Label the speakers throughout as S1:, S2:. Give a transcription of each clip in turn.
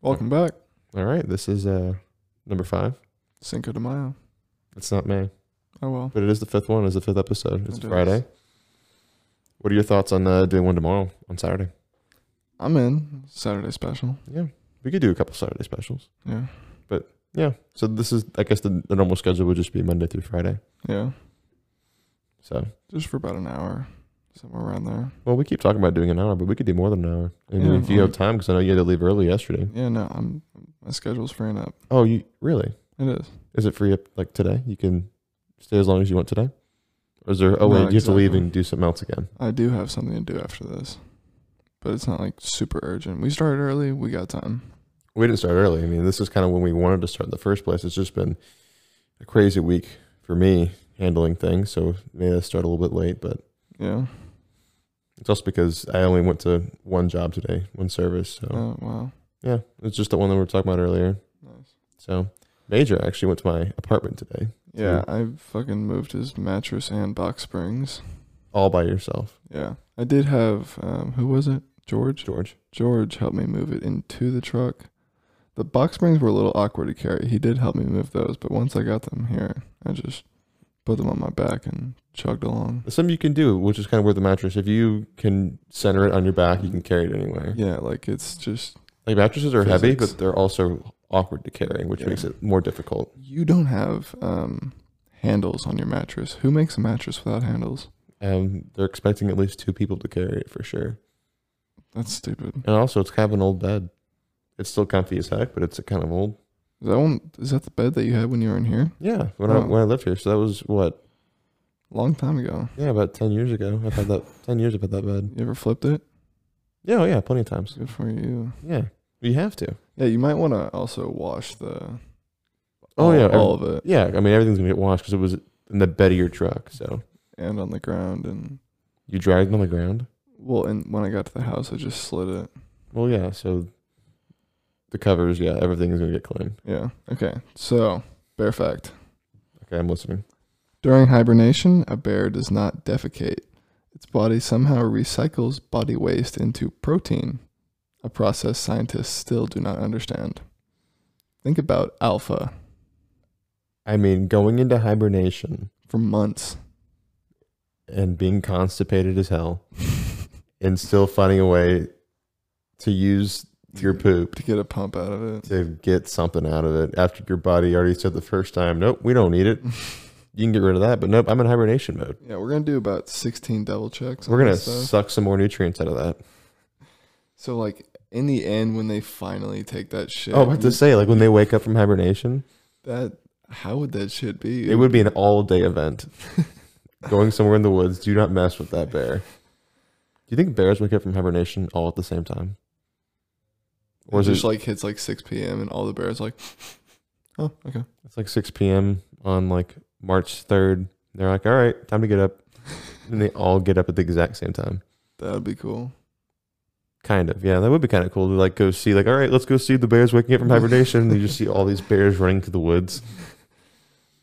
S1: Welcome back.
S2: All right, this is uh number five.
S1: Cinco de Mayo.
S2: It's not May,
S1: Oh well.
S2: but it is the fifth one. Is the fifth episode? It's
S1: It is.
S2: Friday. What are your thoughts on uh, doing one tomorrow on Saturday?
S1: I'm in Saturday special.
S2: Yeah, we could do a couple Saturday specials.
S1: Yeah.
S2: Yeah, so this is I guess the, the normal schedule would just be Monday through Friday.
S1: Yeah.
S2: So
S1: Just for about an hour, somewhere around there.
S2: well, we keep talking about doing an hour, but we could do more than an hour. I mean,
S1: Yeah,
S2: if you have
S1: like-
S2: time, because I know you had to leave early yesterday.
S1: Yeah. No, I'm. My schedule's freeing up.
S2: Oh, you really?
S1: It is.
S2: Is it free up like today? You can stay as long as you want today. Or is there? Oh wait,
S1: No,
S2: you have to leave
S1: exactly.
S2: and do something else again.
S1: I do have something to do after this, but it's not like super urgent. We started early. We got time.
S2: We didn't start early. I mean, this is kind of when we wanted to start in the first place. It's just been a crazy week for me handling things, so made us start a little bit late. But
S1: Yeah.
S2: it's also because I only went to one job today, one service. So
S1: Oh wow.
S2: yeah, it's just the one that we were talking about earlier.
S1: Nice.
S2: So Major actually went to my apartment today,
S1: Yeah. I fucking moved his mattress and box springs.
S2: all by yourself,
S1: Yeah. I did have. Um, who was it? George.
S2: George.
S1: George helped me move it into the truck. The box springs were a little awkward to carry. He did help me move those, but once I got them here, I just put them on my back and chugged along.
S2: It's something you can do, which is kind of where the mattress. If you can center it on your back, you can carry it anywhere.
S1: Yeah, like it's just
S2: Like mattresses are heavy,
S1: Physics.
S2: but they're also awkward to carry, which
S1: Yeah.
S2: makes it more difficult.
S1: you don't have um, handles on your mattress. Who makes a mattress without handles?
S2: Um, they're expecting at least two people to carry it for sure.
S1: That's stupid.
S2: And also, it's kind of an old bed. It's still comfy as heck, but it's kind of old.
S1: Is that one? Is that the bed that you had when you were in here?
S2: Yeah, when I
S1: Wow.
S2: when I lived here, so that was what
S1: Long time ago.
S2: yeah about ten years ago. I've had that ten years. I've had that bed.
S1: You ever flipped it?
S2: Yeah, oh, yeah, plenty of times.
S1: It's good for you.
S2: Yeah, you have to.
S1: Yeah, you might want to also wash the.
S2: Oh
S1: all-
S2: yeah,
S1: all
S2: ev-
S1: of it
S2: yeah. I mean, everything's gonna get washed because it was in the bed of your truck. So
S1: and on the ground and
S2: you dragged it on the ground.
S1: well, and when I got to the house, I just slid it.
S2: Well, yeah. So the covers, yeah, everything's gonna get clean.
S1: Yeah. Okay. So, bear fact.
S2: Okay, I'm listening.
S1: During hibernation, a bear does not defecate. Its body somehow recycles body waste into protein, a process scientists still do not understand. Think about alpha
S2: I mean, going into hibernation
S1: for months.
S2: and being constipated as hell. and still finding a way to use your poop
S1: to get a pump out of it.
S2: to get something out of it after your body already said the first time, nope, we don't need it. You can get rid of that, but nope, I'm in hibernation mode.
S1: Yeah, we're gonna do about sixteen double checks. on
S2: We're gonna
S1: this stuff.
S2: suck some more nutrients out of that.
S1: so like in the end when they finally take that shit.
S2: oh, I have
S1: you-
S2: to say, like when they wake up from hibernation,
S1: that how would that shit be?
S2: it would be an all-day event. Going somewhere in the woods, do not mess with that bear. Do you think bears wake up from hibernation all at the same time? Or
S1: Or
S2: is
S1: just
S2: it
S1: like hits like six p.m. and all the bears like, oh okay.
S2: It's like 6 p.m. on like March 3rd. They're like, all right, time to get up. And they all get up at the exact same time.
S1: That would be cool.
S2: Kind of. Yeah, that would be kind of cool to like go see, like, all right, let's go see the bears waking up from hibernation. and you just see all these bears running through the woods.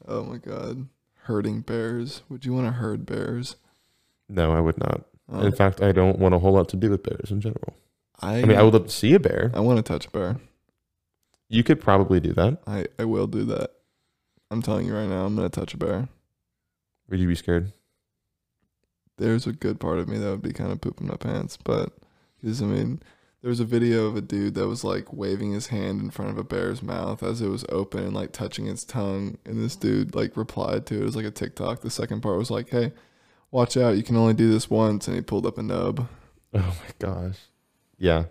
S1: Oh my god. Herding bears. Would you want to herd bears?
S2: No, I would not.
S1: Uh,
S2: In fact, I don't want a whole lot to do with bears in general.
S1: I,
S2: I mean, I would love to see a bear.
S1: I want to touch a bear.
S2: You could probably do that.
S1: I, I will do that. I'm telling you right now, I'm going to touch a bear.
S2: Would you be scared?
S1: There's a good part of me that would be kind of pooping my pants, but because I mean, there was a video of a dude that was like waving his hand in front of a bear's mouth as it was open and like touching its tongue. And this dude like replied to it. It was like a TikTok. The second part was like, hey, watch out. You can only do this once. And he pulled up a nub.
S2: Oh my gosh. Yeah.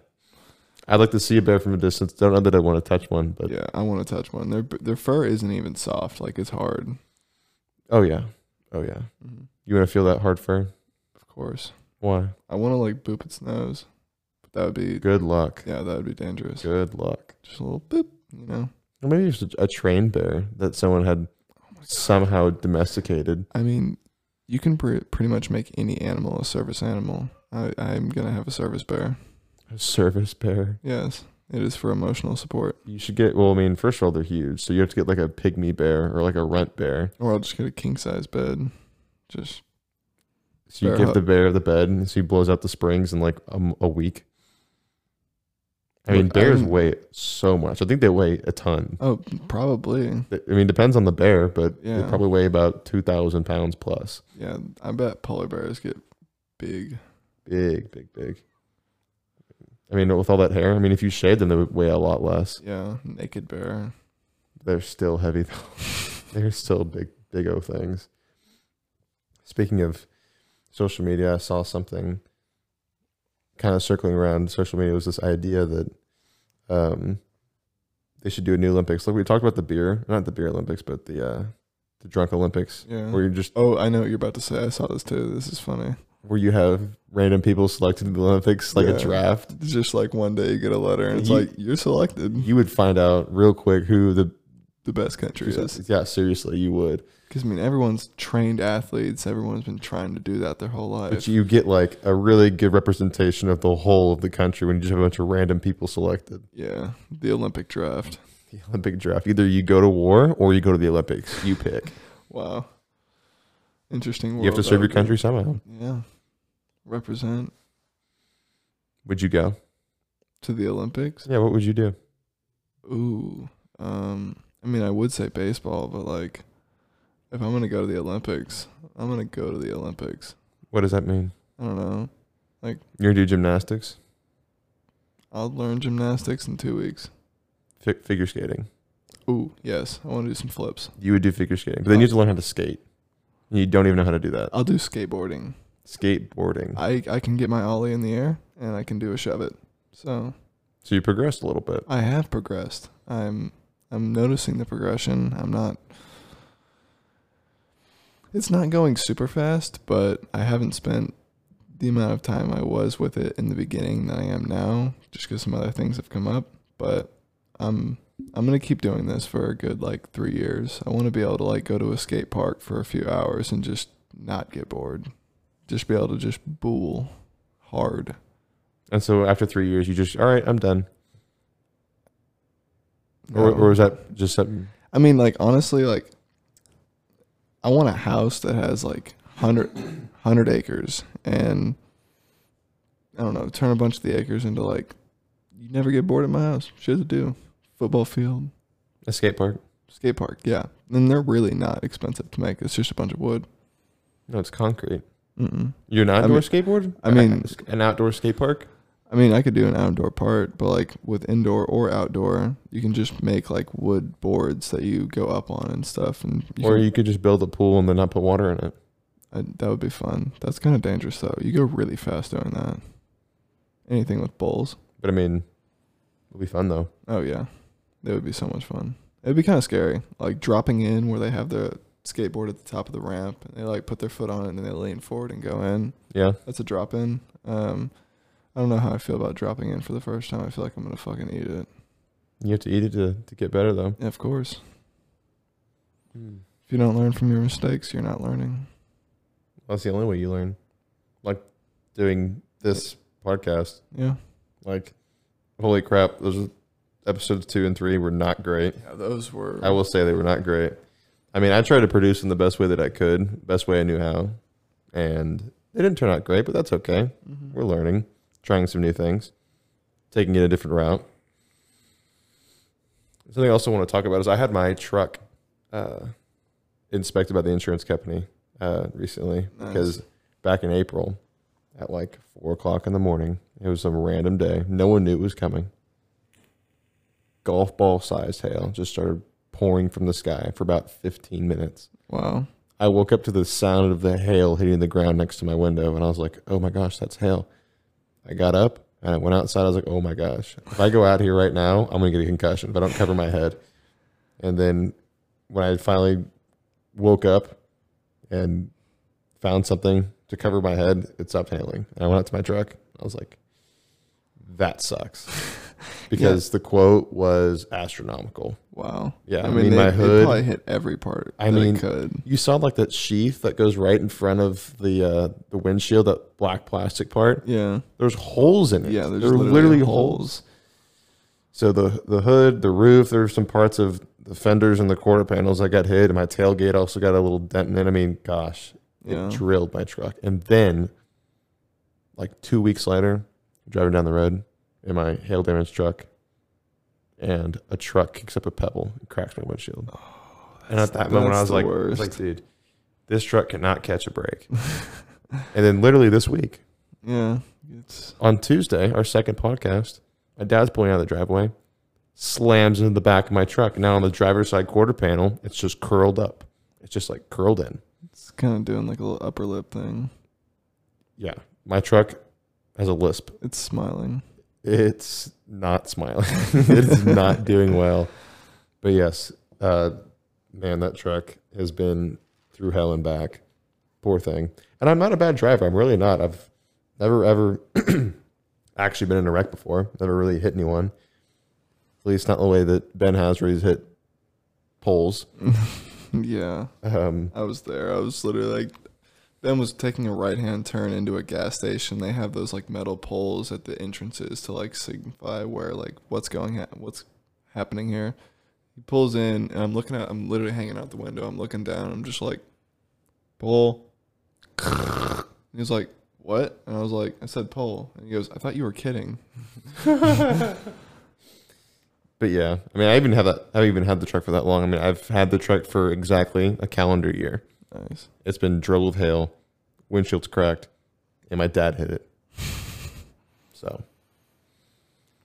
S2: I'd like to see a bear from a distance. Don't know that I want to touch one, but
S1: yeah, I want to touch one. Their, their fur isn't even soft. Like it's hard.
S2: oh yeah. Oh yeah.
S1: Mhm.
S2: You want to feel that hard fur?
S1: Of course.
S2: Why?
S1: I want to like boop its nose. But that would be
S2: Good luck.
S1: yeah, that would be dangerous.
S2: Good luck.
S1: Just a little boop, you know.
S2: Or maybe it's a, a trained bear that someone had somehow domesticated.
S1: I mean, you can pre- pretty much make any animal a service animal. I, I'm gonna have a service bear.
S2: A service bear.
S1: Yes, it is for emotional support.
S2: You should get, well, I mean, first of all, they're huge. So you have to get like a pygmy bear or like a runt bear.
S1: Or I'll just get a king size bed. Just
S2: So you
S1: Bear
S2: give
S1: hug.
S2: the bear the bed and so he blows out the springs in like a, m- a week. I mean,
S1: Look, I
S2: bears
S1: didn't-
S2: weigh so much. I think they weigh a ton.
S1: Oh, probably.
S2: I mean, depends on the bear, but they
S1: Yeah.
S2: probably weigh about two thousand pounds plus.
S1: Yeah, I bet polar bears get big.
S2: Big, big, big. I mean, with all that hair, I mean, if you shaved them, they would weigh a lot less.
S1: Yeah, naked bear.
S2: They're still heavy, though. They're still big, big O things. Speaking of social media, I saw something kind of circling around social media. It was this idea that um, they should do a new Olympics. Like we talked about the beer, not the beer Olympics, but the uh, the drunk Olympics, where
S1: Yeah.
S2: you just
S1: Oh, I know what you're about to say. I saw this too. This is funny.
S2: where you have random people selected in the Olympics, like
S1: Yeah.
S2: a draft.
S1: It's just like one day you get a letter and it's
S2: You-
S1: like you're selected.
S2: You would find out real quick who the
S1: The best country is.
S2: Yeah, seriously, you would.
S1: Because I mean, everyone's trained athletes. Everyone's been trying to do that their whole
S2: But
S1: life.
S2: you get like a really good representation of the whole of the country when you just have a bunch of random people selected.
S1: yeah, the Olympic draft.
S2: The Olympic draft. Either you go to war or you go to the Olympics. You pick.
S1: Wow, interesting. World
S2: you have to serve your
S1: out there.
S2: country somehow.
S1: Yeah, represent
S2: Would you go?
S1: to the Olympics.
S2: Yeah, what would you do?
S1: Ooh, um, I mean, I would say baseball, but like, if I'm gonna go to the Olympics, I'm gonna go to the Olympics.
S2: What does that mean?
S1: I don't know.
S2: You're gonna do gymnastics,
S1: I'll learn gymnastics in two weeks.
S2: fi- figure skating.
S1: Ooh, yes, I want to do some flips.
S2: You would do figure skating, but then you have to learn how to skate. And you don't even know how to do that.
S1: I'll do skateboarding.
S2: Skateboarding.
S1: I I can get my ollie in the air and I can do a shove it. So
S2: So you progressed a little bit.
S1: I have progressed. I'm I'm noticing the progression. I'm not It's not going super fast, but I haven't spent the amount of time I was with it in the beginning that I am now just cuz some other things have come up, but I'm I'm going to keep doing this for a good like 3 years. I want to be able to like go to a skate park for a few hours and just not get bored. Just be able to just bool hard.
S2: And so after three years, you just all right, I'm done. Or, or was that just something?
S1: I mean, like honestly, like I want a house that has like 100, 100 acres, and I don't know, turn a bunch of the acres into like you never get bored at my house. Shit to do, football field,
S2: A skate park?
S1: skate park, yeah. And they're really not expensive to make. It's just a bunch of wood.
S2: No, it's concrete.
S1: Mm-mm.
S2: You're an
S1: I
S2: outdoor
S1: mean-
S2: skateboard?
S1: I mean-
S2: an outdoor skate park?
S1: I mean, I could do an outdoor part, but like with indoor or outdoor, you can just make like wood boards that you go up on and stuff, and you
S2: or
S1: can-
S2: you could just build a pool and then not put water in it.
S1: I, Uh, that would be fun. That's kind of dangerous though. You go really fast doing that. Anything with bowls.
S2: But I mean, it'll be fun though.
S1: Oh yeah, that would be so much fun. It'd be kind of scary, like dropping in where they have the skateboard at the top of the ramp, and they like put their foot on it and then they lean forward and go in.
S2: Yeah.
S1: That's a drop in. Um, I don't know how I feel about dropping in for the first time. I feel like I'm gonna fucking eat it.
S2: You have to eat it to, to get better though.
S1: Yeah, of course. If you don't learn from your mistakes, you're not learning.
S2: That's the only way you learn. Like doing this podcast,
S1: Yeah.
S2: like, holy crap, those episodes two and three were not great.
S1: Yeah, those were.
S2: I will say they were not great. I mean, I tried to produce in the best way that I could, best way I knew how. And they didn't turn out great, but that's okay.
S1: Mhm.
S2: Mm-hmm. We're learning, trying some new things, taking it a different route. Something I also want to talk about is I had my truck uh, inspected by the insurance company uh, recently
S1: Nice.
S2: because back in April at like four o'clock in the morning, it was some random day. No one knew it was coming. Golf ball sized hail just started pouring from the sky for about 15 minutes.
S1: Wow.
S2: I woke up to the sound of the hail hitting the ground next to my window, and I was like, "Oh my gosh, that's hail!" I got up and I went outside. I was like, "Oh my gosh, if I go out here right now, I'm gonna get a concussion if I don't cover my head." And then when I finally woke up and found something to cover my head, it stopped hailing. And I went out to my truck. I was like, "That sucks," because the quote was astronomical.
S1: Wow.
S2: Yeah,
S1: I, mean, they,
S2: my
S1: they
S2: hood.
S1: probably hit every part.
S2: I
S1: that it
S2: mean,
S1: could.
S2: You saw like that sheath that goes right in front of the uh, the windshield, that black plastic part.
S1: Yeah.
S2: There's holes in it.
S1: Yeah, there's
S2: there were
S1: literally
S2: literally
S1: holes.
S2: holes. So the the hood, the roof, there's some parts of the fenders and the quarter panels that got hit, and my tailgate also got a little dent in it. I mean, gosh, it
S1: Yeah.
S2: drilled my truck. And then, like two weeks later, driving down the road, in my hail damage truck, and a truck kicks up a pebble and cracks my windshield. and at that moment, I
S1: that's
S2: was
S1: the
S2: like, I was
S1: worst.
S2: like, dude, this truck cannot catch a break. and then literally this week,
S1: yeah, it's
S2: on Tuesday, our second podcast, my dad's pulling out of the driveway, slams into the back of my truck. Now on the driver's side quarter panel, it's just curled up. It's just like curled in.
S1: it's kind of doing like a little upper lip thing.
S2: Yeah. My truck has a lisp.
S1: It's smiling.
S2: It's not smiling. it's not doing well. But yes, uh, man, that truck has been through hell and back. Poor thing. And I'm not a bad driver. I'm really not. I've never ever actually been in a wreck before. Never really hit anyone. At least not the way that Ben has, where he's hit poles.
S1: Yeah,
S2: Um,
S1: I was there. I was literally like, Ben was taking a right hand turn into a gas station. They have those like metal poles at the entrances to like signify where like what's going ha- what's happening here. He pulls in, and I'm looking out. I'm literally hanging out the window. I'm looking down. I'm just like, pole. And He's like, what? And I was like, I said pole. And he goes, I thought you were kidding.
S2: But yeah, I mean, I even have that. I haven't even had the truck for that long. I mean, I've had the truck for exactly a calendar year.
S1: Nice.
S2: It's been drilled with hail, windshield's cracked, and my dad hit it. So,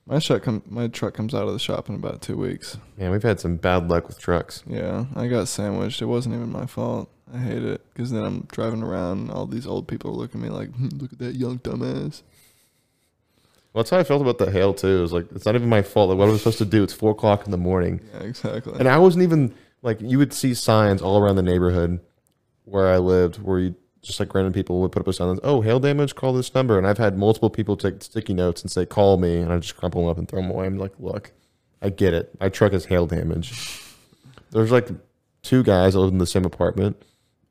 S1: My truck com- my truck comes out of the shop in about two weeks.
S2: man, we've had some bad luck with trucks.
S1: Yeah, I got sandwiched. It wasn't even my fault. I hate it because then I'm driving around. And all these old people are looking at me like, "Hmm, "Look at that young dumbass."
S2: Well, that's how I felt about the hail too. It was like it's not even my fault. Like, what am I supposed to do? It's four o'clock in the morning,
S1: Yeah, exactly.
S2: and I wasn't even like you would see signs all around the neighborhood where I lived, where you just like random people would put up a sign. Oh, hail damage! Call this number. And I've had multiple people take sticky notes and say, "Call me," and I just crumple them up and throw them away. I'm like, "Look, I get it. My truck is hail damage." There's like two guys that lived in the same apartment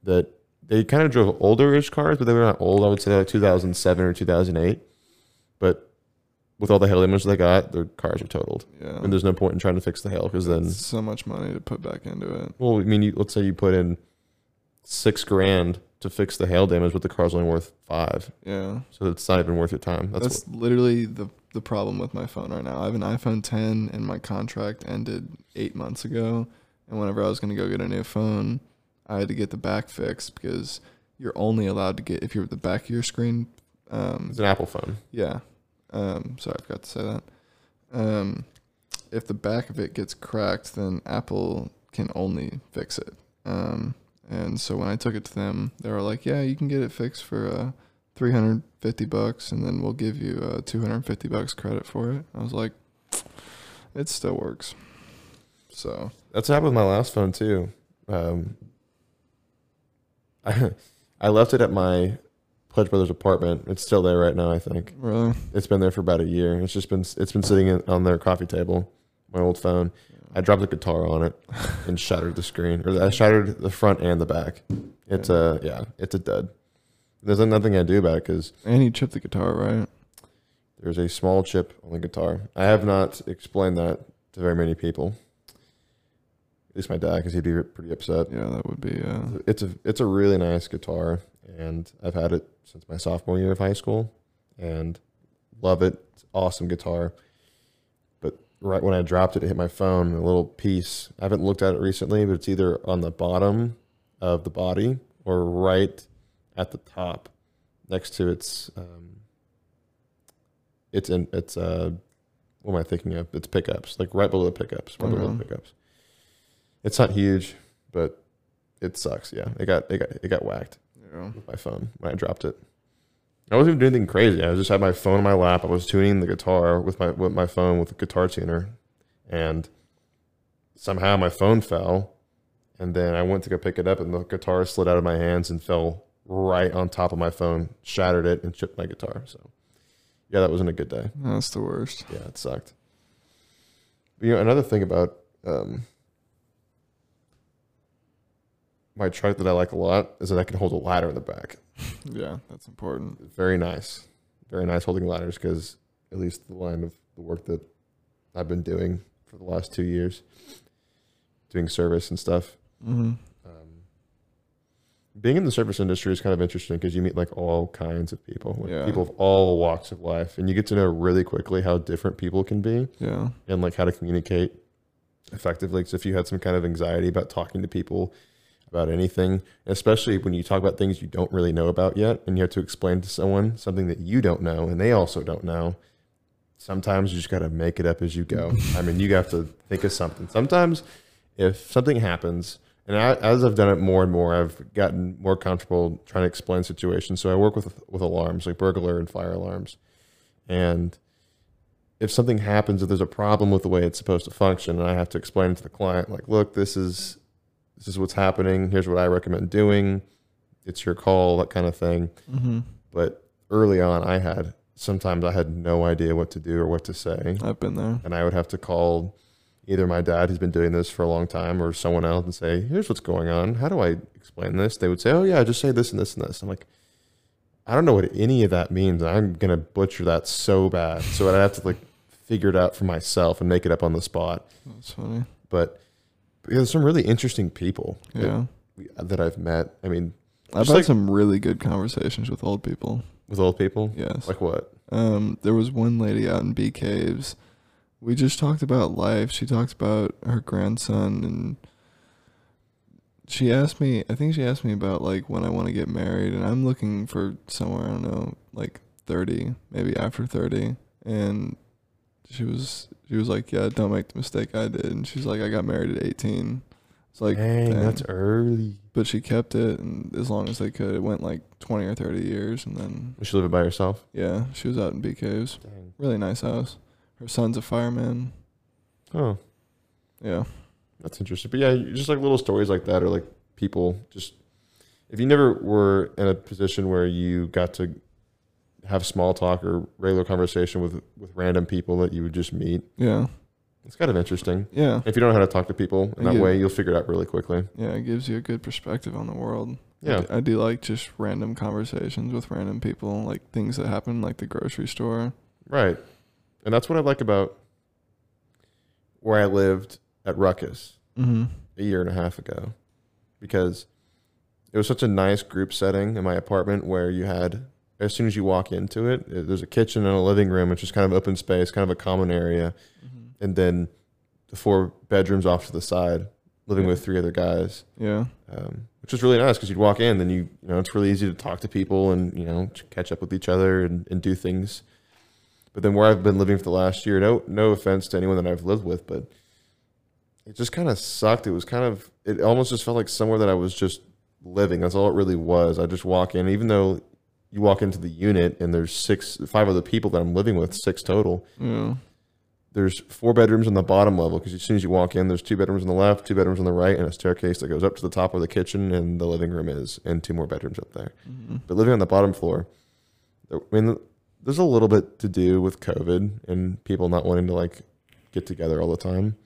S2: that they kind of drove older-ish cars, but they were not old. I would say like 2007 or 2008. But with all the hail damage they got, their cars are totaled,
S1: yeah,
S2: and there's no point in trying to fix the hail because then
S1: It's so much money to put back into it.
S2: well, I mean, you, let's say you put in six grand to fix the hail damage, but the car's only worth five,
S1: Yeah,
S2: so it's not even worth your time. That's,
S1: that's, literally the the problem with my phone right now. I have an iPhone 10, and my contract ended eight months ago. And whenever I was gonna go get a new phone, I had to get the back fixed because you're only allowed to get if you're at the back of your screen. Um,
S2: what, it's an Apple phone.
S1: Yeah. Um, sorry, I forgot to say that. Um, if the back of it gets cracked, then Apple can only fix it. Um, and so when I took it to them, they were like, "Yeah, you can get it fixed for uh, 350 bucks, and then we'll give you uh, 250 bucks credit for it." I was like, "It still works." So
S2: That's what happened with my last phone too. Um, I I left it at my Pledge Brothers apartment. It's still there right now. I think
S1: really,
S2: it's been there for about a year. It's just been it's been sitting in- on their coffee table. My old phone. I dropped a guitar on it and shattered the screen, or I shattered the front and the back. It's a yeah, it's a dud. There's nothing I do about it because
S1: and you chipped the guitar, right?
S2: there's a small chip on the guitar. I have not explained that to very many people. At least my dad, because he'd be pretty upset.
S1: Yeah, that would be. Uh,
S2: It's a it's a really nice guitar, and I've had it since my sophomore year of high school, and love it. It's an awesome guitar. But right when I dropped it, it hit my phone. A little piece. I haven't looked at it recently, but it's either on the bottom of the body or right at the top, next to its um, it's in it's uh, what am I thinking of? It's pickups, like right below the pickups, right below the
S1: Okay.
S2: pickups. It's not huge, but it sucks. Yeah, it got it got it got whacked
S1: yeah.
S2: with my phone when I dropped it. I wasn't even doing anything crazy. I just had my phone in my lap. I was tuning the guitar with my with my phone with the guitar tuner, and somehow my phone fell. And then I went to go pick it up, and the guitar slid out of my hands and fell right on top of my phone, shattered it, and chipped my guitar. So, yeah, that wasn't a good day.
S1: That's the worst.
S2: Yeah, it sucked. You know, another thing about um, my truck that I like a lot is that I can hold a ladder in the back.
S1: Yeah, that's important.
S2: Very nice, very nice holding ladders because at least the line of the work that I've been doing for the last two
S1: Mm-hmm.
S2: years, doing service and stuff,
S1: hmm
S2: um, being in the service industry is kind of interesting because you meet like all kinds of people, like
S1: Yeah.
S2: people of all walks of life, and you get to know really quickly how different people can be
S1: Yeah.
S2: and like how to communicate effectively. Because if you had some kind of anxiety about talking to people about anything, especially when you talk about things you don't really know about yet, and you have to explain to someone something that you don't know and they also don't know, sometimes you just got to make it up as you go. I mean, you have to think of something. Sometimes if something happens, and I, as I've done it more and more, I've gotten more comfortable trying to explain situations. So I work with with alarms, like burglar and fire alarms, and if something happens, if there's a problem with the way it's supposed to function, and I have to explain it to the client, like, look, this is this is what's happening. Here's what I recommend doing. It's your call, that kind of thing.
S1: hmm
S2: But early on, I had sometimes I had no idea what to do or what to say
S1: I've been there.
S2: and I would have to call either my dad who's been doing this for a long time or someone else and say, "Here's what's going on. How do I explain this?" They would say, "Oh yeah, just say this and this and this." I'm like, "I don't know what any of that means. and I'm going to butcher that so bad." So I'd have to like figure it out for myself and make it up on the spot.
S1: That's funny.
S2: But yeah, there's some really interesting people that-
S1: Yeah.
S2: that I've met. I mean,
S1: I've
S2: Just
S1: had
S2: like-
S1: some really good conversations with old people.
S2: with old people.
S1: Yes.
S2: Like what?
S1: Um, there was one lady out in Bee Caves. We just talked about life. She talked about her grandson, and she asked me. I think she asked me about like when I want to get married, and I'm looking for somewhere I don't know, like thirty, maybe after thirty. And she was she was like, "Yeah, don't make the mistake I did." And she's like, "I got married at 18." It's like,
S2: Dang,
S1: dang.
S2: that's early.
S1: but she kept it, and as long as they could, it went like twenty or thirty years, and then
S2: You should live it by yourself.
S1: yeah, she was out in Bee Caves.
S2: Dang.
S1: Really nice house. Her son's a fireman.
S2: Oh.
S1: Yeah.
S2: That's interesting. But yeah, you- just like little stories like that, or like people just if you never were in a position where you got to have small talk or regular conversation with with random people that you would just meet,
S1: Yeah.
S2: it's kind of interesting.
S1: Yeah.
S2: If you don't know how to talk to people in
S1: I
S2: that
S1: get it.
S2: way, you'll figure it out really quickly.
S1: Yeah. It gives you a good perspective on the world. I
S2: Yeah.
S1: d- I do like just random conversations with random people, like things that happen, like the grocery store.
S2: Right. And that's what I like about where I lived at Ruckus.
S1: Mm-hmm.
S2: a year and a half ago because it was such a nice group setting in my apartment where you had as soon as you walk into it it- there's a kitchen and a living room which is kind of open space kind of a common area
S1: Mm-hmm.
S2: and then the four bedrooms off to the side living
S1: Yeah.
S2: with three other guys
S1: Yeah.
S2: um, which was really nice because you'd walk in then you you know it's really easy to talk to people and you know to catch up with each other and, and do things but then where i've been living for the last year no no offense to anyone that i've lived with but it just kind of sucked it was kind of it almost just felt like somewhere that i was just living that's all it really was i just walk in even though you walk into the unit and there's six five other people that i'm living with six total
S1: Yeah.
S2: there's four bedrooms on the bottom level because as soon as you walk in, there's two bedrooms on the left, two bedrooms on the right, and a staircase that goes up to the top where the kitchen and the living room is, and two more bedrooms up there.
S1: Mm-hmm.
S2: But living on the bottom floor, I mean, there's a little bit to do with COVID and people not wanting to like get together all the time.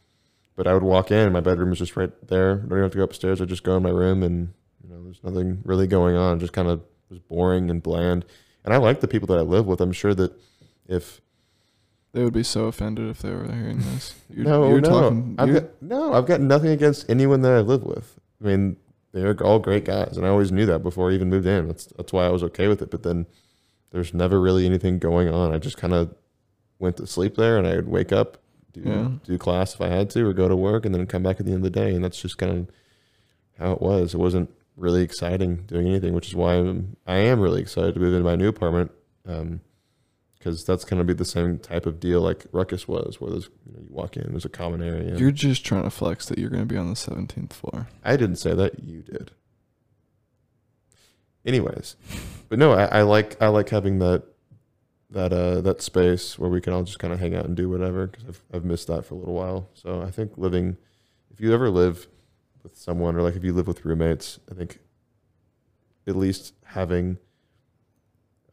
S2: But I would walk in, and my bedroom is just right there. I don't even have to go upstairs. I just go in my room, and you know, there's nothing really going on. Just kind of was boring and bland. And I like the people that I live with. I'm sure that if
S1: They would be so offended if they were hearing this. You're,
S2: no,
S1: you're
S2: no.
S1: talking.
S2: I've
S1: you're-
S2: got, no, I've got nothing against anyone that I live with. I mean, they're all great guys, and I always knew that before I even moved in. That's that's why I was okay with it. But then there's never really anything going on. I just kind of went to sleep there, and I would wake up, do
S1: Yeah.
S2: do class if I had to, or go to work, and then come back at the end of the day. And that's just kind of how it was. It wasn't really exciting doing anything, which is why I'm I am really excited to move into my new apartment. Um, because that's going to be the same type of deal like Ruckus was, where there's you, know, you walk in, there's a common area.
S1: You're just trying to flex that you're going to be on the 17th floor.
S2: I didn't say that. You did. Anyways, but no, I, I like I like having that that uh that space where we can all just kind of hang out and do whatever because I've I've missed that for a little while. So I think living, if you ever live with someone or like if you live with roommates, I think at least having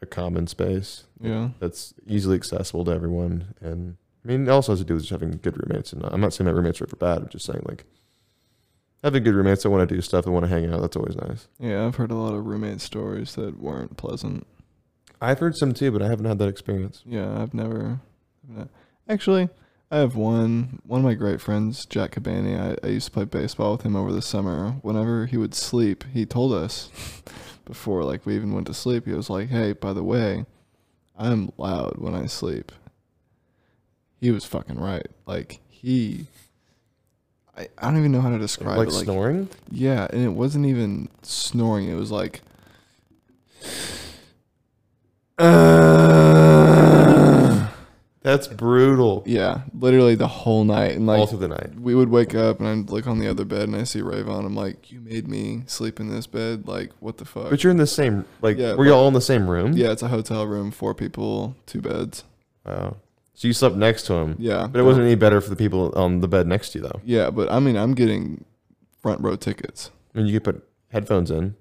S2: a common space
S1: Yeah.
S2: that's easily accessible to everyone. And I mean, it also has to do with just having good roommates. And I'm not saying that roommates are bad. I'm just saying like having good roommates that want to do stuff and want to hang out. That's always nice.
S1: Yeah. I've heard a lot of roommate stories that weren't pleasant.
S2: I've heard some too, but I haven't had that experience.
S1: Yeah, I've never. I've not- Actually, I have one one of my great friends, Jack Cabani. I, I used to play baseball with him over the summer. Whenever he would sleep, he told us before like we even went to sleep, he was like, Hey, by the way, I'm loud when I sleep. He was fucking right. Like he I, I don't even know how to describe
S2: like
S1: it. Like
S2: snoring.
S1: yeah, and it wasn't even snoring. It was like,
S2: That's brutal.
S1: yeah, literally the whole night. And
S2: All
S1: like,
S2: through the night.
S1: we would wake up and I'd look on the other bed and I see Rayvon. I'm like, you made me sleep in this bed. Like, what the fuck?
S2: But you're in the same like
S1: Yeah,
S2: were you all in the same room?
S1: yeah, it's a hotel room, four people, two beds.
S2: Wow. So you slept next to him.
S1: Yeah.
S2: But it wasn't any better for the people on the bed next to you though.
S1: Yeah, but I mean, I'm getting front row tickets.
S2: I mean you could put headphones in.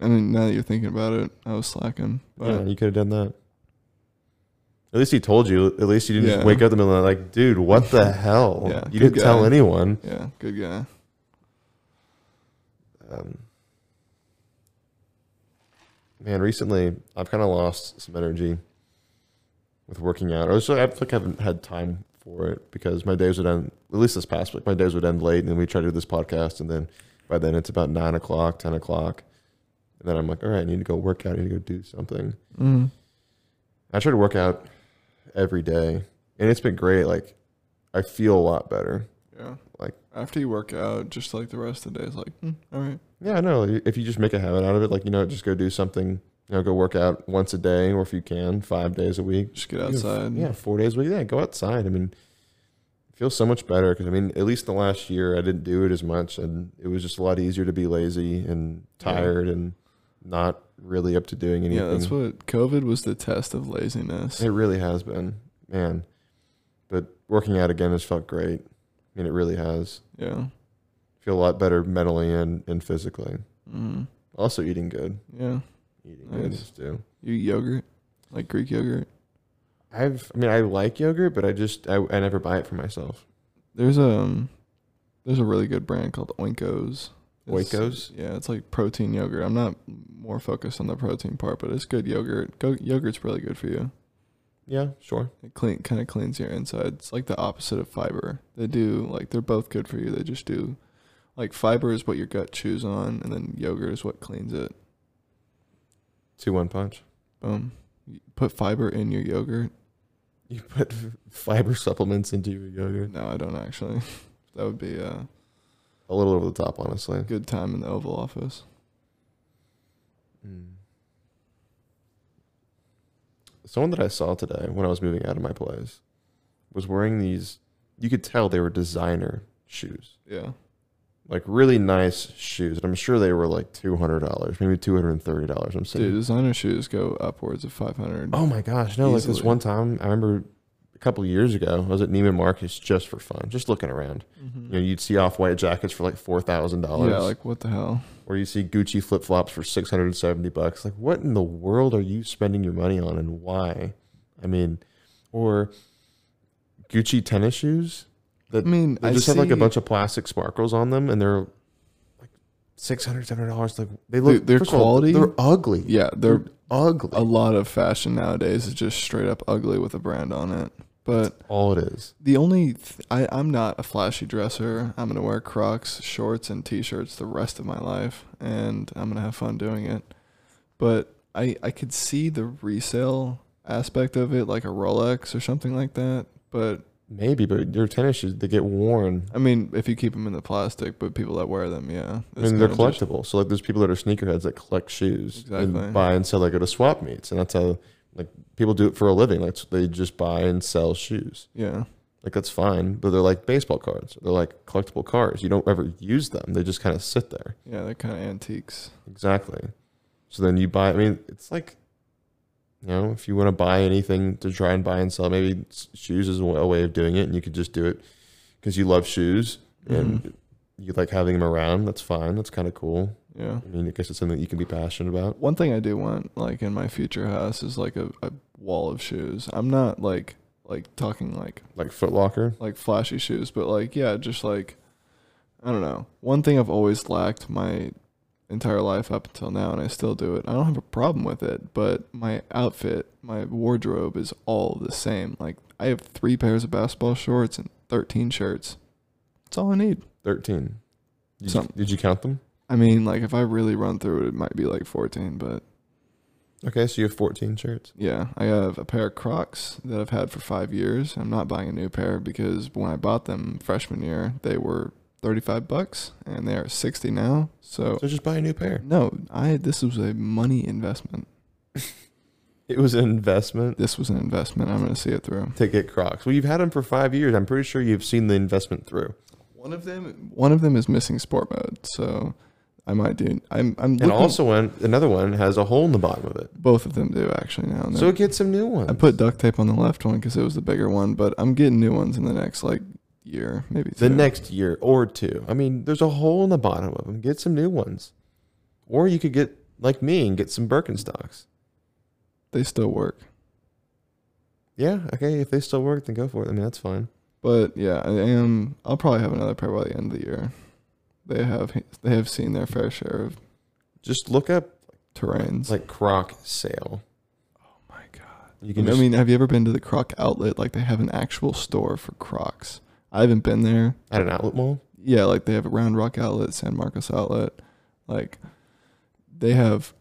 S1: I mean, now that you're thinking about it, I was slacking. But
S2: yeah, you could have done that. At least he told you. At least you didn't
S1: Yeah.
S2: just wake up in the middle of the night like, dude, what the hell?
S1: Yeah,
S2: you
S1: good
S2: didn't tell
S1: guy.
S2: anyone.
S1: yeah, good guy.
S2: Um, man, recently I've kind of lost some energy with working out. Or so I feel like I haven't had time for it because my days would end. At least this past week, my days would end late, and then we try to do this podcast, and then by then it's about nine o'clock, ten o'clock, and then I'm like, all right, I need to go work out. I need to go do something.
S1: Mm.
S2: I try to work out every day, and it's been great. Like, I feel a lot better.
S1: Yeah.
S2: Like-
S1: after you work out, just like the rest of the day is like, mm, all right.
S2: Yeah, I know. If you just make a habit out of it, like you know, just go do something. You know, go work out once a day, or if you can, five days a week.
S1: Just get
S2: You know,
S1: outside.
S2: Yeah, four days a week. Yeah, go outside. I mean, it feels so much better because I mean, at least the last year I didn't do it as much, and it was just a lot easier to be lazy and
S1: Yeah.
S2: tired and not really up to doing anything.
S1: Yeah, that's what COVID was the test of laziness.
S2: It really has been, man. But working out again has felt great. I mean, it really has.
S1: Yeah.
S2: Feel a lot better mentally and, and physically.
S1: Mm.
S2: Also, eating good.
S1: Yeah.
S2: Eating good
S1: Nice.
S2: is too.
S1: You eat yogurt? Like Greek yogurt?
S2: I've, I mean, I like yogurt, but I just, I, I never buy it for myself.
S1: There's um there's a really good brand called Oinkos. It's-
S2: Oikos?
S1: Yeah, it's like protein yogurt. I'm not more focused on the protein part, but it's good yogurt. Go, yogurt's really good for you.
S2: Yeah, sure.
S1: It clean kind of cleans your inside. It's like the opposite of fiber. They do like they're both good for you. They just do like fiber is what your gut chews on and then yogurt is what cleans it.
S2: Two one punch.
S1: Boom. You put fiber in your yogurt?
S2: You put fiber supplements into your yogurt.
S1: No, I don't actually. that would be uh
S2: A little over the top, honestly.
S1: good time in the Oval Office.
S2: Mm. Someone that I saw today when I was moving out of my place was wearing these. You could tell they were designer shoes,
S1: Yeah.
S2: like really nice shoes. And I'm sure they were like two hundred dollars, maybe two hundred and thirty dollars. I'm saying,
S1: Dude, designer shoes go upwards of 500.
S2: oh my gosh, no! Like this
S1: Easily.
S2: one time, I remember a couple years ago, I was at Neiman Marcus just for fun, just looking around. You know, you'd see off white jackets for like four thousand dollars.
S1: Yeah, like what the hell?
S2: or you see Gucci flip flops for 670 bucks. Like, what in the world are you spending your money on and why? I mean, or Gucci tennis shoes
S1: I
S2: that
S1: mean,
S2: they
S1: I
S2: just have like a
S1: see-
S2: bunch of plastic sparkles on them and they're like 600, 700 dollars. Like, they
S1: Dude,
S2: look,
S1: their
S2: first of all,
S1: quality-
S2: they're ugly.
S1: Yeah, they're
S2: ugly.
S1: a lot of fashion nowadays is just straight up ugly with a brand on it. But
S2: All it is.
S1: the only th- I I'm not a flashy dresser. I'm gonna wear Crocs, shorts, and T-shirts the rest of my life, and I'm gonna have fun doing it. But I I could see the resale aspect of it, like a Rolex or something like that. But
S2: Maybe, but your tennis shoes, they get worn.
S1: I mean, if you keep them in the plastic, but people that wear them, yeah,
S2: I
S1: it's
S2: mean, they're
S1: kinda just-
S2: collectible. So, like, there's people that are sneakerheads that collect shoes
S1: Exactly.
S2: and buy and sell. They go to swap meets, and that's how like people do it for a living. Like, so they just buy and sell shoes.
S1: Yeah,
S2: Like, that's fine, but they're like baseball cards. They're like collectible cards. You don't ever use them. They just kind of sit there.
S1: yeah, they're kind of antiques.
S2: Exactly. So then you buy. I mean, it's like, you know, if you want to buy anything to try and buy and sell, maybe s- shoes is a wa- a way of doing it, and you could just do it because you love shoes
S1: Mhm.
S2: and you like having them around. That's fine. That's kind of cool.
S1: Yeah.
S2: I mean, I guess it's something that you can be passionate about.
S1: One thing I do want, like in my future house, is like a, a wall of shoes. I'm not like like talking like
S2: Like Foot Locker.
S1: like flashy shoes, but like yeah, just like I don't know. One thing I've always lacked my entire life up until now, and I still do it. I don't have a problem with it, but my outfit, my wardrobe is all the same. Like I have three pairs of basketball shorts and thirteen shirts. That's all I need.
S2: Thirteen. Did, you,
S1: Some-
S2: did you count them?
S1: I mean, like if I really run through it, it might be like fourteen, but
S2: Okay, so you have fourteen shirts.
S1: Yeah, I have a pair of Crocs that I've had for five years. I'm not buying a new pair because when I bought them freshman year, they were 35 bucks and they are 60 now. So
S2: So just buy a new pair.
S1: no, I this was a money investment.
S2: It was an investment
S1: This was an investment. I'm gonna see it through.
S2: to get Crocs. Well, you've had them for five years. I'm pretty sure you've seen the investment through.
S1: One of them, one of them is missing sport mode, so I might do. I'm, I'm looking,
S2: And also, one another one has a hole in the bottom of it.
S1: both of them do actually now. and
S2: So
S1: then.
S2: get some new ones.
S1: I put duct tape on the left one because it was the bigger one, but I'm getting new ones in the next like year, maybe
S2: the
S1: two.
S2: next year or two. I mean, there's a hole in the bottom of them. Get some new ones, or you could get like me and get some Birkenstocks.
S1: They still work.
S2: Yeah, okay. If they still work, then go for it. I mean, that's fine.
S1: But yeah, I am. I'll probably have another pair by the end of the year. They have they have seen their fair share of
S2: Just look up
S1: terrains.
S2: like Croc sale.
S1: oh my god!
S2: You can.
S1: I
S2: Just,
S1: mean, have you ever been to the Croc outlet? Like they have an actual store for Crocs. I haven't been there.
S2: at an outlet mall.
S1: Yeah, like they have a Round Rock outlet, San Marcos outlet. Like they have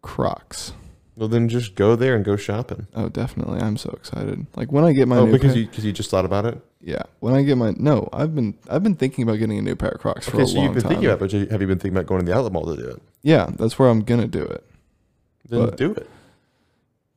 S1: Crocs.
S2: Well, then just go there and go shopping.
S1: Oh, definitely. I'm so excited. Like when I get my
S2: oh,
S1: new
S2: because
S1: pair-
S2: you because you just thought about it.
S1: yeah, when I get my no, I've been I've been thinking about getting a new pair of Crocs for
S2: Okay,
S1: a
S2: so
S1: long
S2: you've been
S1: time.
S2: thinking about, it, but you- have you been thinking about going to the outlet mall to do it?
S1: yeah, that's where I'm gonna do it.
S2: Then
S1: But-
S2: do it.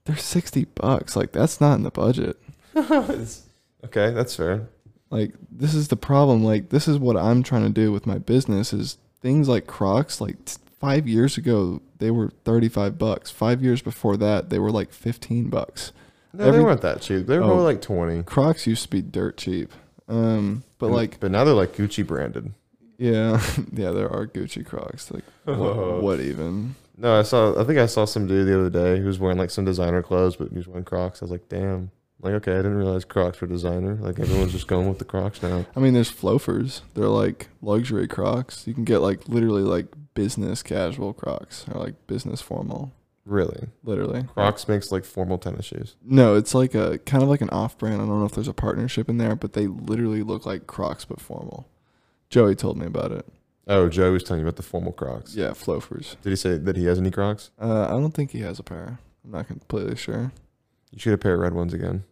S1: they're 60 bucks like that's not in the budget
S2: It's- okay, that's fair.
S1: like this is the problem like this is what i'm trying to do with my business is things like crocs like t- five years ago they were 35 bucks five years before that they were like 15 bucks
S2: No,
S1: Every-
S2: they weren't that cheap. They were
S1: Oh.
S2: probably like twenty.
S1: crocs used to be dirt cheap um but
S2: And-
S1: like
S2: but now they're like Gucci branded.
S1: yeah yeah there are gucci crocs like what, what even
S2: No, I saw. I think I saw some dude the other day who was wearing like some designer clothes, but he was wearing Crocs. I was like, damn. Like, okay, I didn't realize Crocs were designer. Like, everyone's just going with the Crocs now.
S1: i mean there's loafers they're like luxury crocs you can get like literally like business casual crocs or like business formal
S2: Really,
S1: literally
S2: Crocs makes like formal tennis shoes.
S1: No, it's like a kind of like an off brand. I don't know if there's a partnership in there, but they literally look like Crocs but formal. Joey told me about it.
S2: Oh, Joe was telling you about the formal Crocs.
S1: Yeah, Flofers.
S2: Did he say that he has any Crocs?
S1: Uh, I don't think he has a pair. I'm not completely sure.
S2: You should have a pair of red ones again.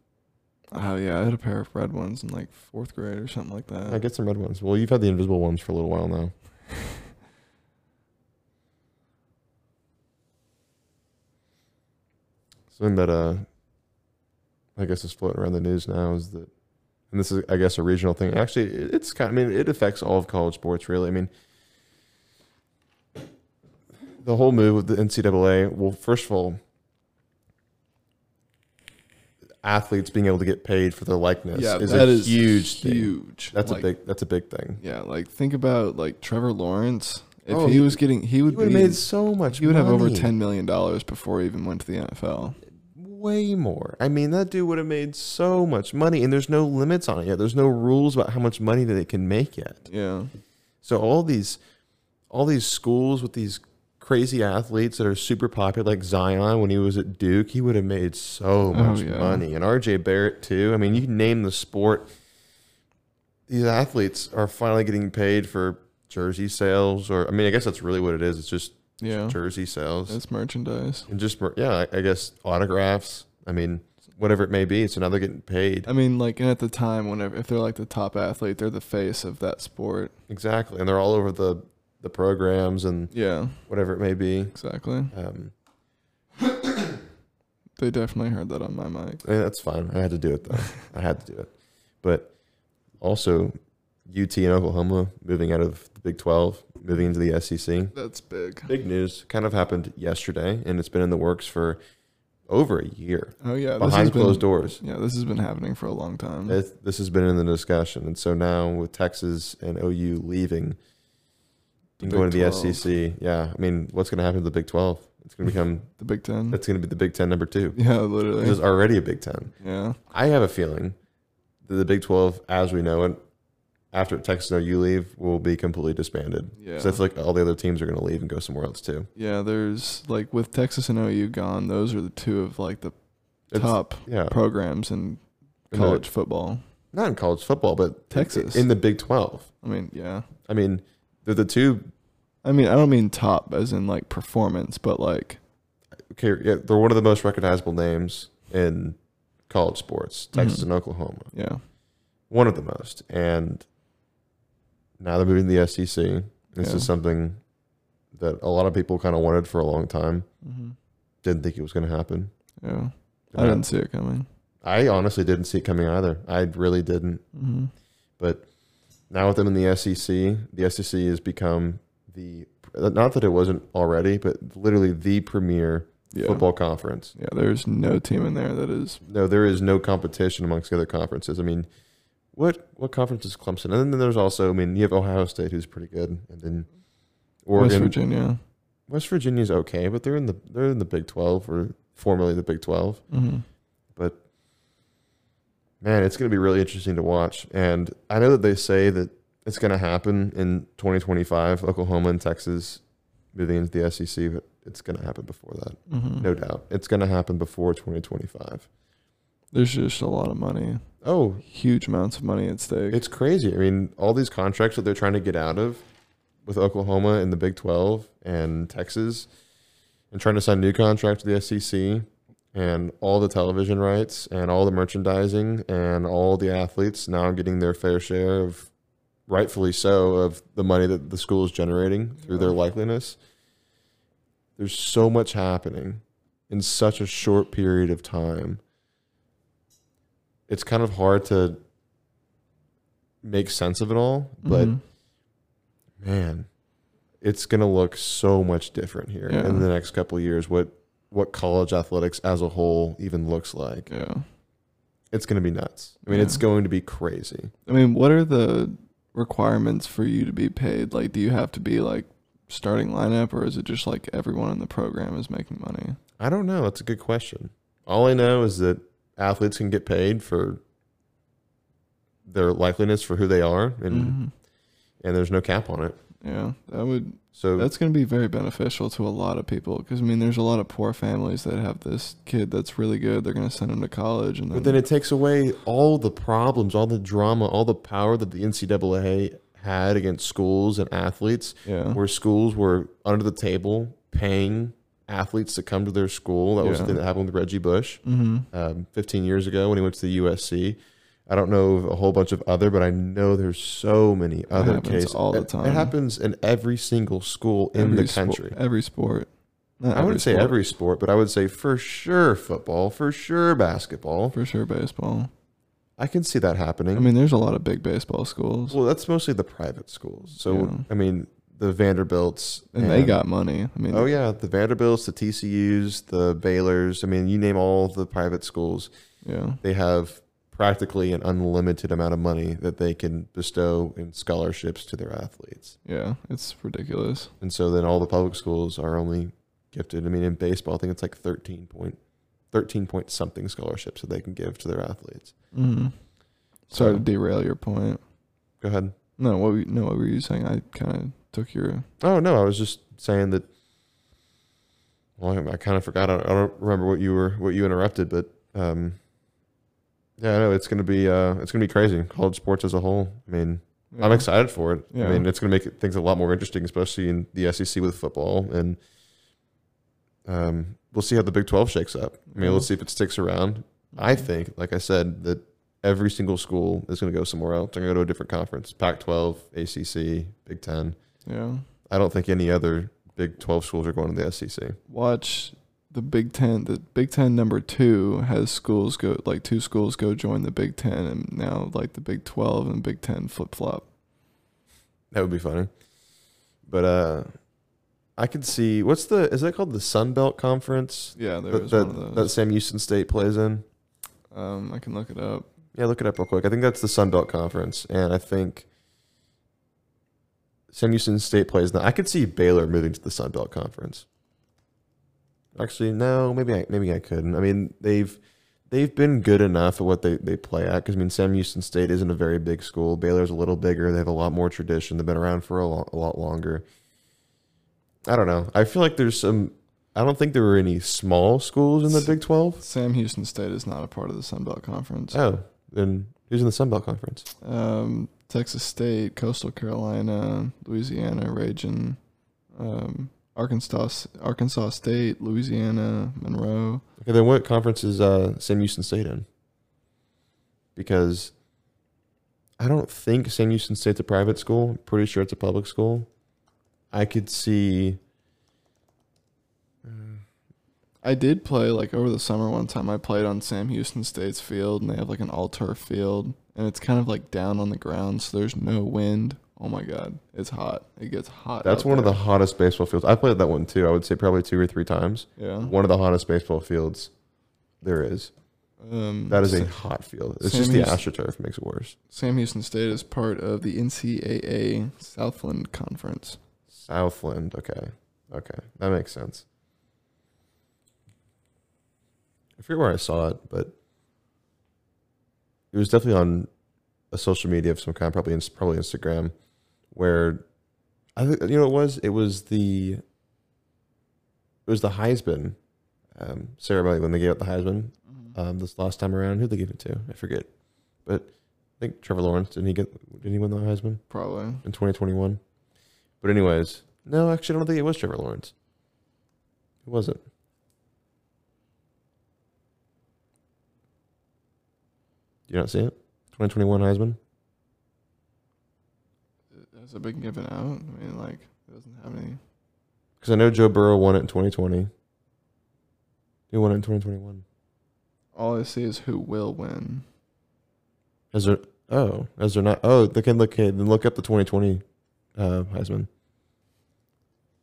S1: Oh yeah, I had a pair of red ones in like fourth grade or something like
S2: I
S1: that.
S2: get some red ones. Well, you've had the invisible ones for a little while now. Something that uh, I guess is floating around the news now is that, and this is I guess a regional thing. Actually, it- it's kind. I mean, it affects all of college sports really. I mean, the whole move with the NCAA. Well, first of all. Athletes being able to get paid for their likeness
S1: yeah,
S2: is
S1: that
S2: a
S1: is
S2: huge, thing.
S1: huge.
S2: That's
S1: Like,
S2: a big. That's a big thing.
S1: Yeah, like think about like Trevor Lawrence. If
S2: Oh,
S1: he,
S2: he-
S1: was getting, he
S2: He
S1: would
S2: would
S1: be.
S2: have made so much.
S1: he would have over
S2: money.
S1: ten million dollars before he even went to the NFL.
S2: way more. I mean, that dude would have made so much money, and there's no limits on it yet. There's no rules about how much money that it can make yet.
S1: Yeah,
S2: So all these, all these schools with these crazy athletes that are super popular, like Zion when he was at Duke, he would have made so much
S1: yeah.
S2: money, and RJ Barrett too. I mean, you can name the sport. These athletes are finally getting paid for jersey sales, or I mean, I guess that's really what it is. It's just
S1: yeah.
S2: jersey sales
S1: It's merchandise.
S2: and just mer- yeah, I, I guess autographs. I mean, whatever it may be, it's another getting paid
S1: I mean, like, and at the time, whenever if they're like the top athlete, they're the face of that sport.
S2: exactly, and they're all over the the programs and
S1: Yeah,
S2: whatever it may be.
S1: exactly.
S2: Um,
S1: They definitely heard that on my mic.
S2: yeah, eh, that's fine. I had to do it though. I had to do it, but also UT and Oklahoma moving out of the Big Twelve, moving into the SEC.
S1: That's big.
S2: Big news kind of happened yesterday, and it's been in the works for over a year
S1: Oh yeah, this has
S2: behind closed
S1: been,
S2: doors.
S1: Yeah, this has been happening for a long time.
S2: It, this has been in the discussion, and so now with Texas and OU leaving and
S1: Big
S2: going to the
S1: 12.
S2: SEC, yeah, I mean, what's going to happen to the Big Twelve? It's going to become
S1: the Big Ten.
S2: that's going to be the Big Ten number two.
S1: Mm-hmm. Yeah,
S2: It
S1: literally.
S2: is already a Big Ten.
S1: Yeah,
S2: I have a feeling that the Big Twelve, as we know it, after Texas, no, you leave, will be completely disbanded.
S1: Yeah.
S2: So I feel like all the other teams are going to leave and go somewhere else too.
S1: Yeah, there's like with Texas and OU gone, those are the two of like the
S2: It's-
S1: top
S2: Yeah.
S1: programs in
S2: In the-
S1: college football.
S2: Not in college football, but
S1: Texas.
S2: in the Big 12.
S1: I mean, yeah.
S2: I mean, they're the two.
S1: I mean, I don't mean top as in like performance, but like
S2: Okay, yeah, they're one of the most recognizable names in college sports. Texas
S1: Mhm.
S2: and Oklahoma,
S1: yeah.
S2: one of the most. And now they're moving to the SEC. This
S1: Yeah.
S2: is something that a lot of people kind of wanted for a long time.
S1: hmm
S2: Didn't think it was going to happen.
S1: Yeah. I didn't see it coming.
S2: I honestly didn't see it coming either. I really didn't.
S1: Mm-hmm.
S2: But now with them in the SEC, the SEC has become the not that it wasn't already, but literally the premier
S1: Yeah.
S2: football conference.
S1: Yeah, there's no team in there that is.
S2: No, there is no competition amongst the other conferences. I mean, what what conference is Clemson? And then there's also, I mean, you have Ohio State, who's pretty good, and then Oregon,
S1: West Virginia.
S2: West Virginia's okay, but they're in the they're in the Big Twelve or formerly the Big Twelve.
S1: Mm-hmm.
S2: But man, it's going to be really interesting to watch. And I know that they say that it's going to happen in 2025, Oklahoma and Texas moving into the SEC, but it's going to happen before that.
S1: Mm-hmm.
S2: No doubt. It's going to happen before 2025.
S1: There's just a lot of money,
S2: Oh,
S1: huge amounts of money at stake.
S2: it's crazy. I mean, all these contracts that they're trying to get out of with Oklahoma and the Big 12 and Texas and trying to sign new contracts with the SEC and all the television rights and all the merchandising and all the athletes now getting their fair share of rightfully so of the money that the school is generating through their
S1: Yeah.
S2: likeliness. There's so much happening in such a short period of time. It's kind of hard to make sense of it all, but
S1: Mhm.
S2: man, it's gonna look so much different here
S1: Yeah.
S2: in the next couple of years. What what college athletics as a whole even looks like?
S1: yeah.
S2: It's gonna be nuts. I mean, it's
S1: Yeah.
S2: going to be crazy.
S1: I mean, what are the requirements for you to be paid? Like, do you have to be like starting lineup, or is it just like everyone in the program is making money?
S2: I don't know. That's a good question. All I know is that athletes can get paid for their likeliness for who they are, and
S1: Mhm.
S2: and there's no cap on it.
S1: Mm-hmm. Yeah, that would
S2: So
S1: that's going to be very beneficial to a lot of people because I mean, there's a lot of poor families that have this kid that's really good. They're going to send him to college, and then,
S2: But then it takes away all the problems, all the drama, all the power that the NCAA had against schools and athletes,
S1: yeah,
S2: where schools were under the table paying athletes to come to their school. That was the
S1: Yeah.
S2: thing that happened with Reggie Bush
S1: mm-hmm.
S2: um, 15 years ago when he went to the USC. I don't know of a whole bunch of other, but I know there's so many other
S1: happens
S2: cases
S1: all the
S2: It- It
S1: time.
S2: happens in every single school in the country.
S1: every sport. Not
S2: I wouldn't say
S1: sport,
S2: every sport, but I would say for sure football, for sure basketball.
S1: for sure baseball.
S2: I can see that happening.
S1: I mean, there's a lot of big baseball schools,
S2: Well, that's mostly the private schools. So
S1: Yeah.
S2: I mean, the Vanderbilts
S1: and, they got money. I mean,
S2: oh yeah, the Vanderbilts, the TCU's, the Baylor's. I mean, you name all the private schools.
S1: yeah,
S2: They have practically an unlimited amount of money that they can bestow in scholarships to their athletes.
S1: yeah, it's ridiculous.
S2: And so then all the public schools are only gifted. I mean, in baseball, I think it's like 13 point, 13 point something scholarships that they can give to their athletes.
S1: Mm-hmm. Sorry
S2: So-
S1: to derail your point.
S2: Go ahead.
S1: No, what were you, no, what were you saying? I kind of took your
S2: Oh no, I was just saying that. Well, I, I kind of forgot. I, I don't remember what you were what you interrupted, but um, yeah, I know it's gonna be uh, it's gonna be crazy. College sports as a whole. I mean, I'm
S1: Yeah.
S2: excited for it. I
S1: Yeah.
S2: mean, it's gonna make it- things a lot more interesting, especially in the SEC with football, and um, we'll see how the Big Twelve shakes up. I mean,
S1: Yeah.
S2: let's see if it sticks around. I think, like I said, that every single school is gonna go somewhere else. They're gonna go to a different conference: Pac-12, ACC, Big Ten.
S1: yeah.
S2: I don't think any other Big 12 schools are going to the E SEC.
S1: Watch the Big Ten. The Big Ten number two has schools go like two schools go join the Big Ten, and now like the Big Twelve and Big Ten flip flop.
S2: That would be funny. But uh, I could see what's the is that called the Sun Belt Conference
S1: Yeah, there
S2: that
S1: was
S2: that,
S1: one of
S2: that
S1: those.
S2: Sam Houston State plays in?
S1: Um, I can look it up.
S2: Yeah, look it up real quick. I think that's the Sun Belt Conference, and I think Sam Houston State plays in that. I could see Baylor moving to the Sun Belt Conference. Actually, no, maybe I maybe I couldn't. I mean, they've they've been good enough at what they, they play at. Because I mean, Sam Houston State isn't a very big school. Baylor's a little bigger. They have a lot more tradition. They've been around for a, lo- a lot longer. I don't know. I feel like there's some. I don't think there were any small schools in the Big Twelve.
S1: Sam Houston State is not a part of the Sun Belt Conference.
S2: Oh, then who's in the Sun Belt Conference?
S1: Um, Texas State, Coastal Carolina, Louisiana, Ragin, um, Arkansas, Arkansas State, Louisiana, Monroe.
S2: Okay, then what conference is uh, Sam Houston State in? Because I don't think Sam Houston State's a private school. I'm pretty sure it's a public school. I could see.
S1: I did play like over the summer one time. I played on Sam Houston State's field, and they have like an all turf field, and it's kind of like down on the ground, so there's no wind. Oh my god, it's hot. It gets hot.
S2: That's
S1: out
S2: one of the
S1: there.
S2: hottest baseball fields. I played that one too. I would say probably two or three times.
S1: yeah.
S2: One of the hottest baseball fields there is.
S1: Um,
S2: That is
S1: Sa-
S2: a hot field. It's
S1: Sam
S2: just the
S1: Houston-
S2: AstroTurf makes it worse.
S1: Sam Houston State is part of the NCAA Southland Conference.
S2: Southland. Okay. Okay. That makes sense. I forget where I saw it, but it was definitely on a social media of some kind, probably ins- probably Instagram, where I think you know what it was. It was the it was the Heisman um, ceremony when they gave out the Heisman um, this last time around. Who they gave it to? I forget, but I think Trevor Lawrence didn't he get didn't he win the Heisman?
S1: Probably.
S2: in 2021. But anyways, no, actually, I don't think it was Trevor Lawrence. Who was it? Do you not see it? 2021 Heisman.
S1: Has it been given out? I mean, like, it doesn't have any.
S2: Because I know Joe Burrow won it in 2020. Who won it in 2021?
S1: All I see is who will win.
S2: Is there? Oh, is there not? Oh, they can look. Okay, then look up the 2020 uh, Heisman.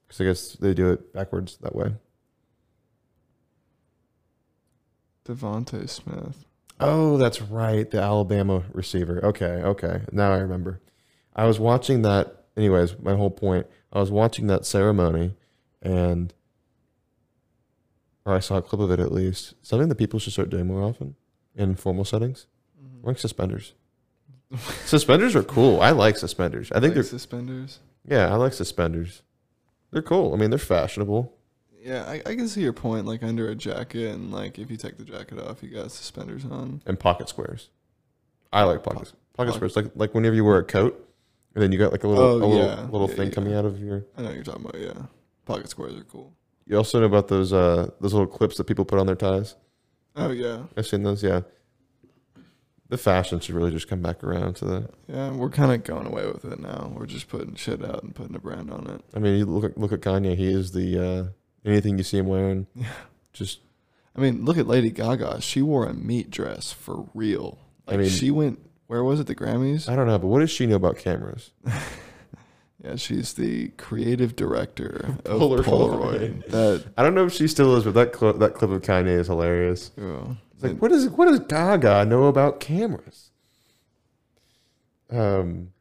S2: Because I guess they do it backwards that way.
S1: Devonte Smith.
S2: Oh, that's right. The Alabama receiver. Okay, okay. Now I remember. I was watching that anyways, my whole point. I was watching that ceremony and or I saw a clip of it at least. Something that people should start doing more often in formal settings. Wearing suspenders. suspenders are cool. I like suspenders. I think
S1: Like
S2: they're
S1: suspenders.
S2: yeah, I like suspenders. They're cool. I mean they're fashionable.
S1: Yeah, I, I can see your point. Like under a jacket, and like if you take the jacket off, you got suspenders on.
S2: and pocket squares. I like pocket pocket squares. Like like whenever you wear a coat, and then you got like a little
S1: Oh,
S2: a little,
S1: yeah.
S2: little
S1: Yeah,
S2: thing
S1: yeah.
S2: coming out of your.
S1: I know what you're talking about. Yeah, pocket squares are cool.
S2: You also know about those uh those little clips that people put on their ties.
S1: Oh yeah,
S2: I've seen those. Yeah, the fashion should really just come back around to the.
S1: yeah. We're kind of going away with it now. We're just putting shit out and putting a brand on it.
S2: I mean, you look at- look at Kanye. He is the uh anything you see him wearing. Just
S1: I mean, look at Lady Gaga. She wore a meat dress for real.
S2: I
S1: Like
S2: mean-
S1: she went. Where was it? The Grammys.
S2: I don't know, but what does she know about cameras?
S1: Yeah, she's the creative director of
S2: Polar-
S1: Polaroid. That
S2: I don't know if she still is, but that cl- that clip of Kanye is hilarious.
S1: oh,
S2: It's like, what does what does Gaga know about cameras? Um,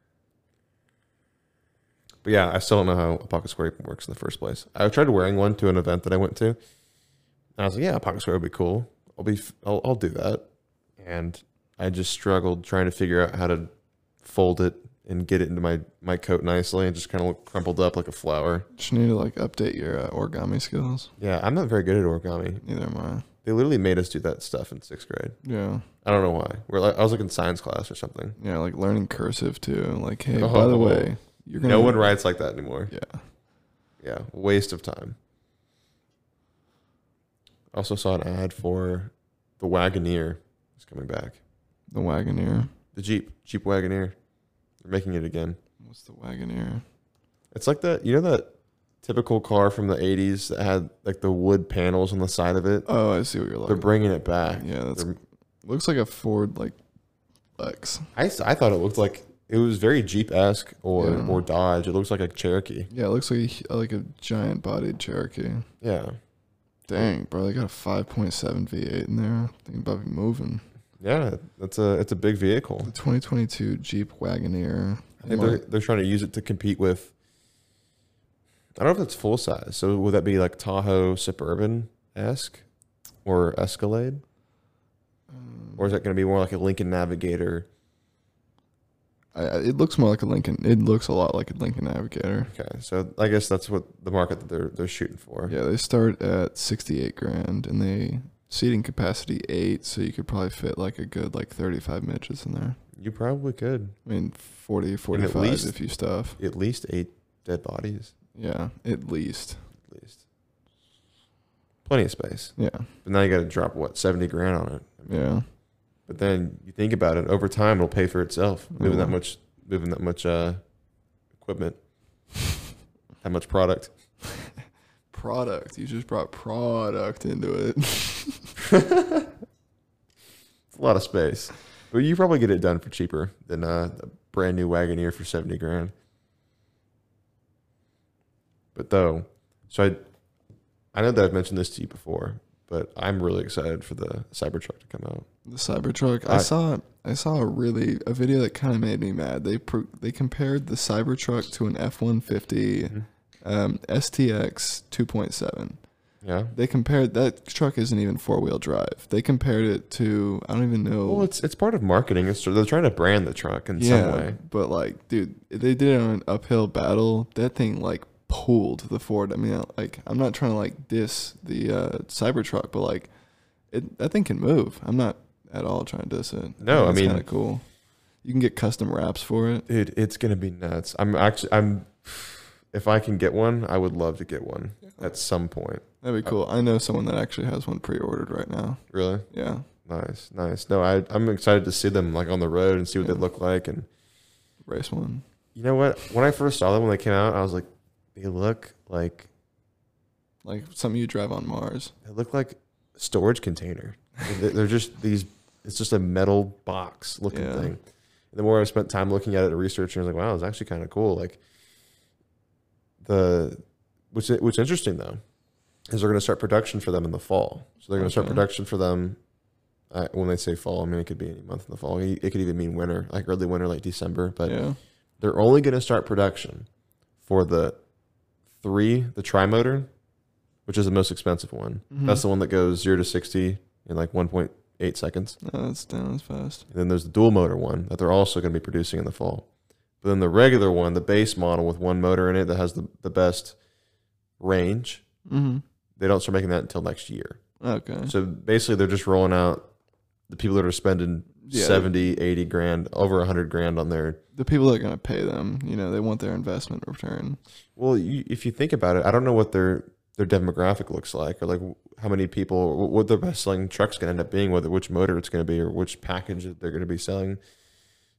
S2: but yeah, I still don't know how a pocket square even works in the first place. I tried wearing one to an event that I went to, and I was like, yeah, a pocket square would be cool. I'll be, f- I'll, I'll do that. And I just struggled trying to figure out how to fold it and get it into my my coat nicely, and just kind of look crumpled up like a flower.
S1: just need to like update your uh, origami skills.
S2: Yeah, I'm not very good at origami.
S1: Neither am I.
S2: They literally made us do that stuff in sixth grade.
S1: Yeah,
S2: I don't know why. We're like, I was like in science class or something.
S1: yeah. Like learning cursive too. Like, hey, by the
S2: Oh.
S1: way, you're gonna
S2: No one writes like that anymore.
S1: Yeah,
S2: Yeah, waste of time. Also saw an ad for the Wagoneer is coming back.
S1: the Wagoneer.
S2: The Jeep, Jeep Wagoneer. They're making it again.
S1: What's the Wagoneer?
S2: It's like that, you know that typical car from the 80s that had like the wood panels on the side of it?
S1: Oh, I see what you're
S2: They're
S1: looking.
S2: bringing it back.
S1: Yeah, that's
S2: They're-
S1: looks like a Ford like Lex.
S2: I, s- I thought it looked like it was very Jeep-esque or,
S1: Yeah.
S2: or Dodge. It looks like a Cherokee.
S1: Yeah, it looks like a, like a giant bodied Cherokee.
S2: Yeah.
S1: Dang, bro, they got a 5.7 V8 in there. Thinking about moving.
S2: Yeah, that's a it's a big vehicle.
S1: The 2022 Jeep Wagoneer.
S2: I think they're they're trying to use it to compete with. I don't know if it's full size. So would that be like Tahoe Suburban esque or Escalade?
S1: Um,
S2: Or is that going to be more like a Lincoln Navigator?
S1: I, I- it looks more like a Lincoln. It looks a lot like a Lincoln Navigator.
S2: Okay, so I guess that's what the market that they're they're shooting for.
S1: Yeah, they start at sixty-eight grand, and they seating capacity eight, so you could probably fit like a good like thirty-five midgets in there.
S2: You probably could
S1: I mean, 40, 45
S2: least-
S1: if you stuff.
S2: at least eight dead bodies,
S1: Yeah, at least.
S2: at least. Plenty of space.
S1: Yeah,
S2: But now you got to drop what seventy grand on it.
S1: yeah.
S2: But then you think about it over time, it'll pay for itself. Moving that
S1: Mhm.
S2: much, moving that much uh, equipment, that much product.
S1: Product. You just brought product into it.
S2: It's a lot of space. But you probably get it done for cheaper than uh, a brand new Wagoneer for 70 grand. But though, so I I know that I've mentioned this to you before, but I'm really excited for the Cybertruck to come out.
S1: The Cybertruck. I
S2: I-
S1: saw I saw a really a video that kind of made me mad. They pro- they compared the Cybertruck to an F one fifty um STX two point seven.
S2: Yeah.
S1: They compared that truck isn't even four wheel drive. They compared it to I don't even know.
S2: Well, it's it's part of marketing. It's they're trying to brand the truck in some way.
S1: but like, dude, they did it on an uphill battle. That thing like pulled the Ford. I mean, like, I'm not trying to like diss the uh, Cybertruck, but like, it that thing can move. I'm not at all trying to diss it.
S2: No, I mean-
S1: kind of cool. You can get custom wraps for it.
S2: Dude, it's gonna be nuts. I'm actually I'm if I can get one, I would love to get one at some point.
S1: That'd be cool. I know someone that actually has one pre-ordered right now.
S2: Really?
S1: Yeah,
S2: Nice, nice. No, I I'm excited to see them like on the road and see what they
S1: Yeah.
S2: look like. And
S1: race one.
S2: you know what? When I first saw them when they came out, I was like, they look like
S1: Like something you drive on Mars.
S2: they look like a storage container. They- They're just these. It's just a metal box looking
S1: Yeah.
S2: thing. And the more I spent time looking at it and researching, I was like, wow, it's actually kind of cool. Like the which which interesting though is they're going to start production for them in the fall. So they're going to start
S1: Okay.
S2: production for them. Uh, when they say fall, I mean it could be any month in the fall. It could even mean winter, like early winter, like December. But
S1: yeah, Mm-hmm.
S2: they're only going to start production for the three, the tri motor, which is the most expensive one.
S1: Mhm.
S2: That's the one that goes zero to 60 in like 1.8 seconds.
S1: no, that's down as fast.
S2: And then there's the dual motor one that they're also going to be producing in the fall. But then the regular one, the base model with one motor in it that has the, the best range,
S1: hmm
S2: they don't start making that until next year.
S1: Okay.
S2: So basically, they're just rolling out the people that are spending
S1: Yeah.
S2: 70, 80 grand, over 100 grand on their
S1: The people that are gonna pay them, you know, they want their investment return.
S2: Well, you, if you think about it, I don't know what their their demographic looks like, or like how many people, wh- what their best selling truck's going to end up being, whether which motor it's going to be, or which package that they're going to be selling.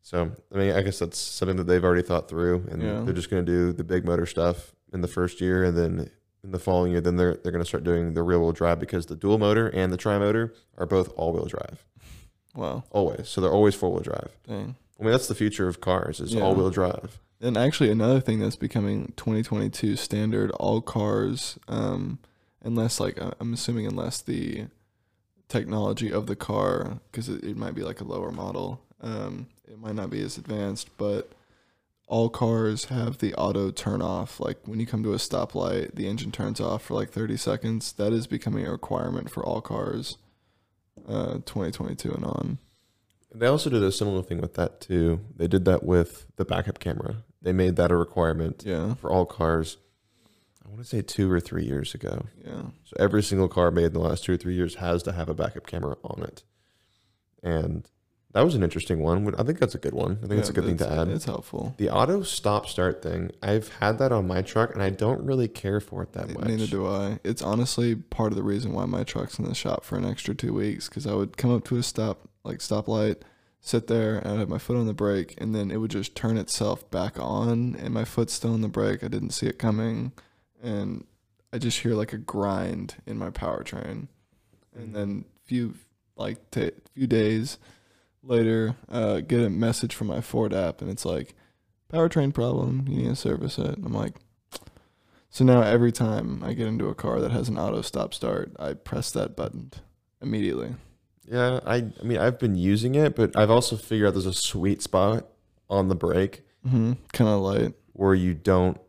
S2: So, I mean, I guess that's something that they've already thought through, and
S1: Yeah.
S2: they're just going to do the big motor stuff in the first year, and then in the following year, then they're they're going to start doing the rear wheel drive because the dual motor and the tri motor are both all wheel drive
S1: Wow.
S2: always, so they're always four wheel drive.
S1: Dang.
S2: I mean, that's the future of cars is
S1: Yeah.
S2: all wheel drive.
S1: And actually, another thing that's becoming 2022 standard, all cars, um, unless like I- I'm assuming unless the technology of the car, because it, it might be like a lower model, um, it might not be as advanced, but all cars have the auto turn off. Like when you come to a stoplight, the engine turns off for like 30 seconds. That is becoming a requirement for all cars, uh, 2022 and on.
S2: They also did a similar thing with that too. They did that with the backup camera. They made that a requirement
S1: Yeah,
S2: for all cars. I want to say two or three years ago.
S1: yeah,
S2: So every single car made in the last two or three years has to have a backup camera on it, and that was an interesting one. I think that's a good one. I think that's a
S1: Yeah,
S2: good thing to
S1: it's-
S2: add.
S1: It's helpful.
S2: the auto stop start thing. I've had that on my truck, and I don't really care for it that much.
S1: Neither do I. It's honestly part of the reason why my truck's in the shop for an extra two weeks because I would come up to a stop, like stoplight, sit there, and I'd have my foot on the brake, and then it would just turn itself back on, and my foot's still on the brake. I didn't see it coming, and I just hear like a grind in my powertrain, and then few like t- few days later, uh, get a message from my Ford app, and it's like powertrain problem. You need to service it. And I'm like. So now every time I get into a car that has an auto stop start, I press that button immediately.
S2: Yeah, I, I mean, I've been using it, but I've also figured out there's a sweet spot on the brake
S1: hmm Kind of Mm-hmm. light.
S2: where you don't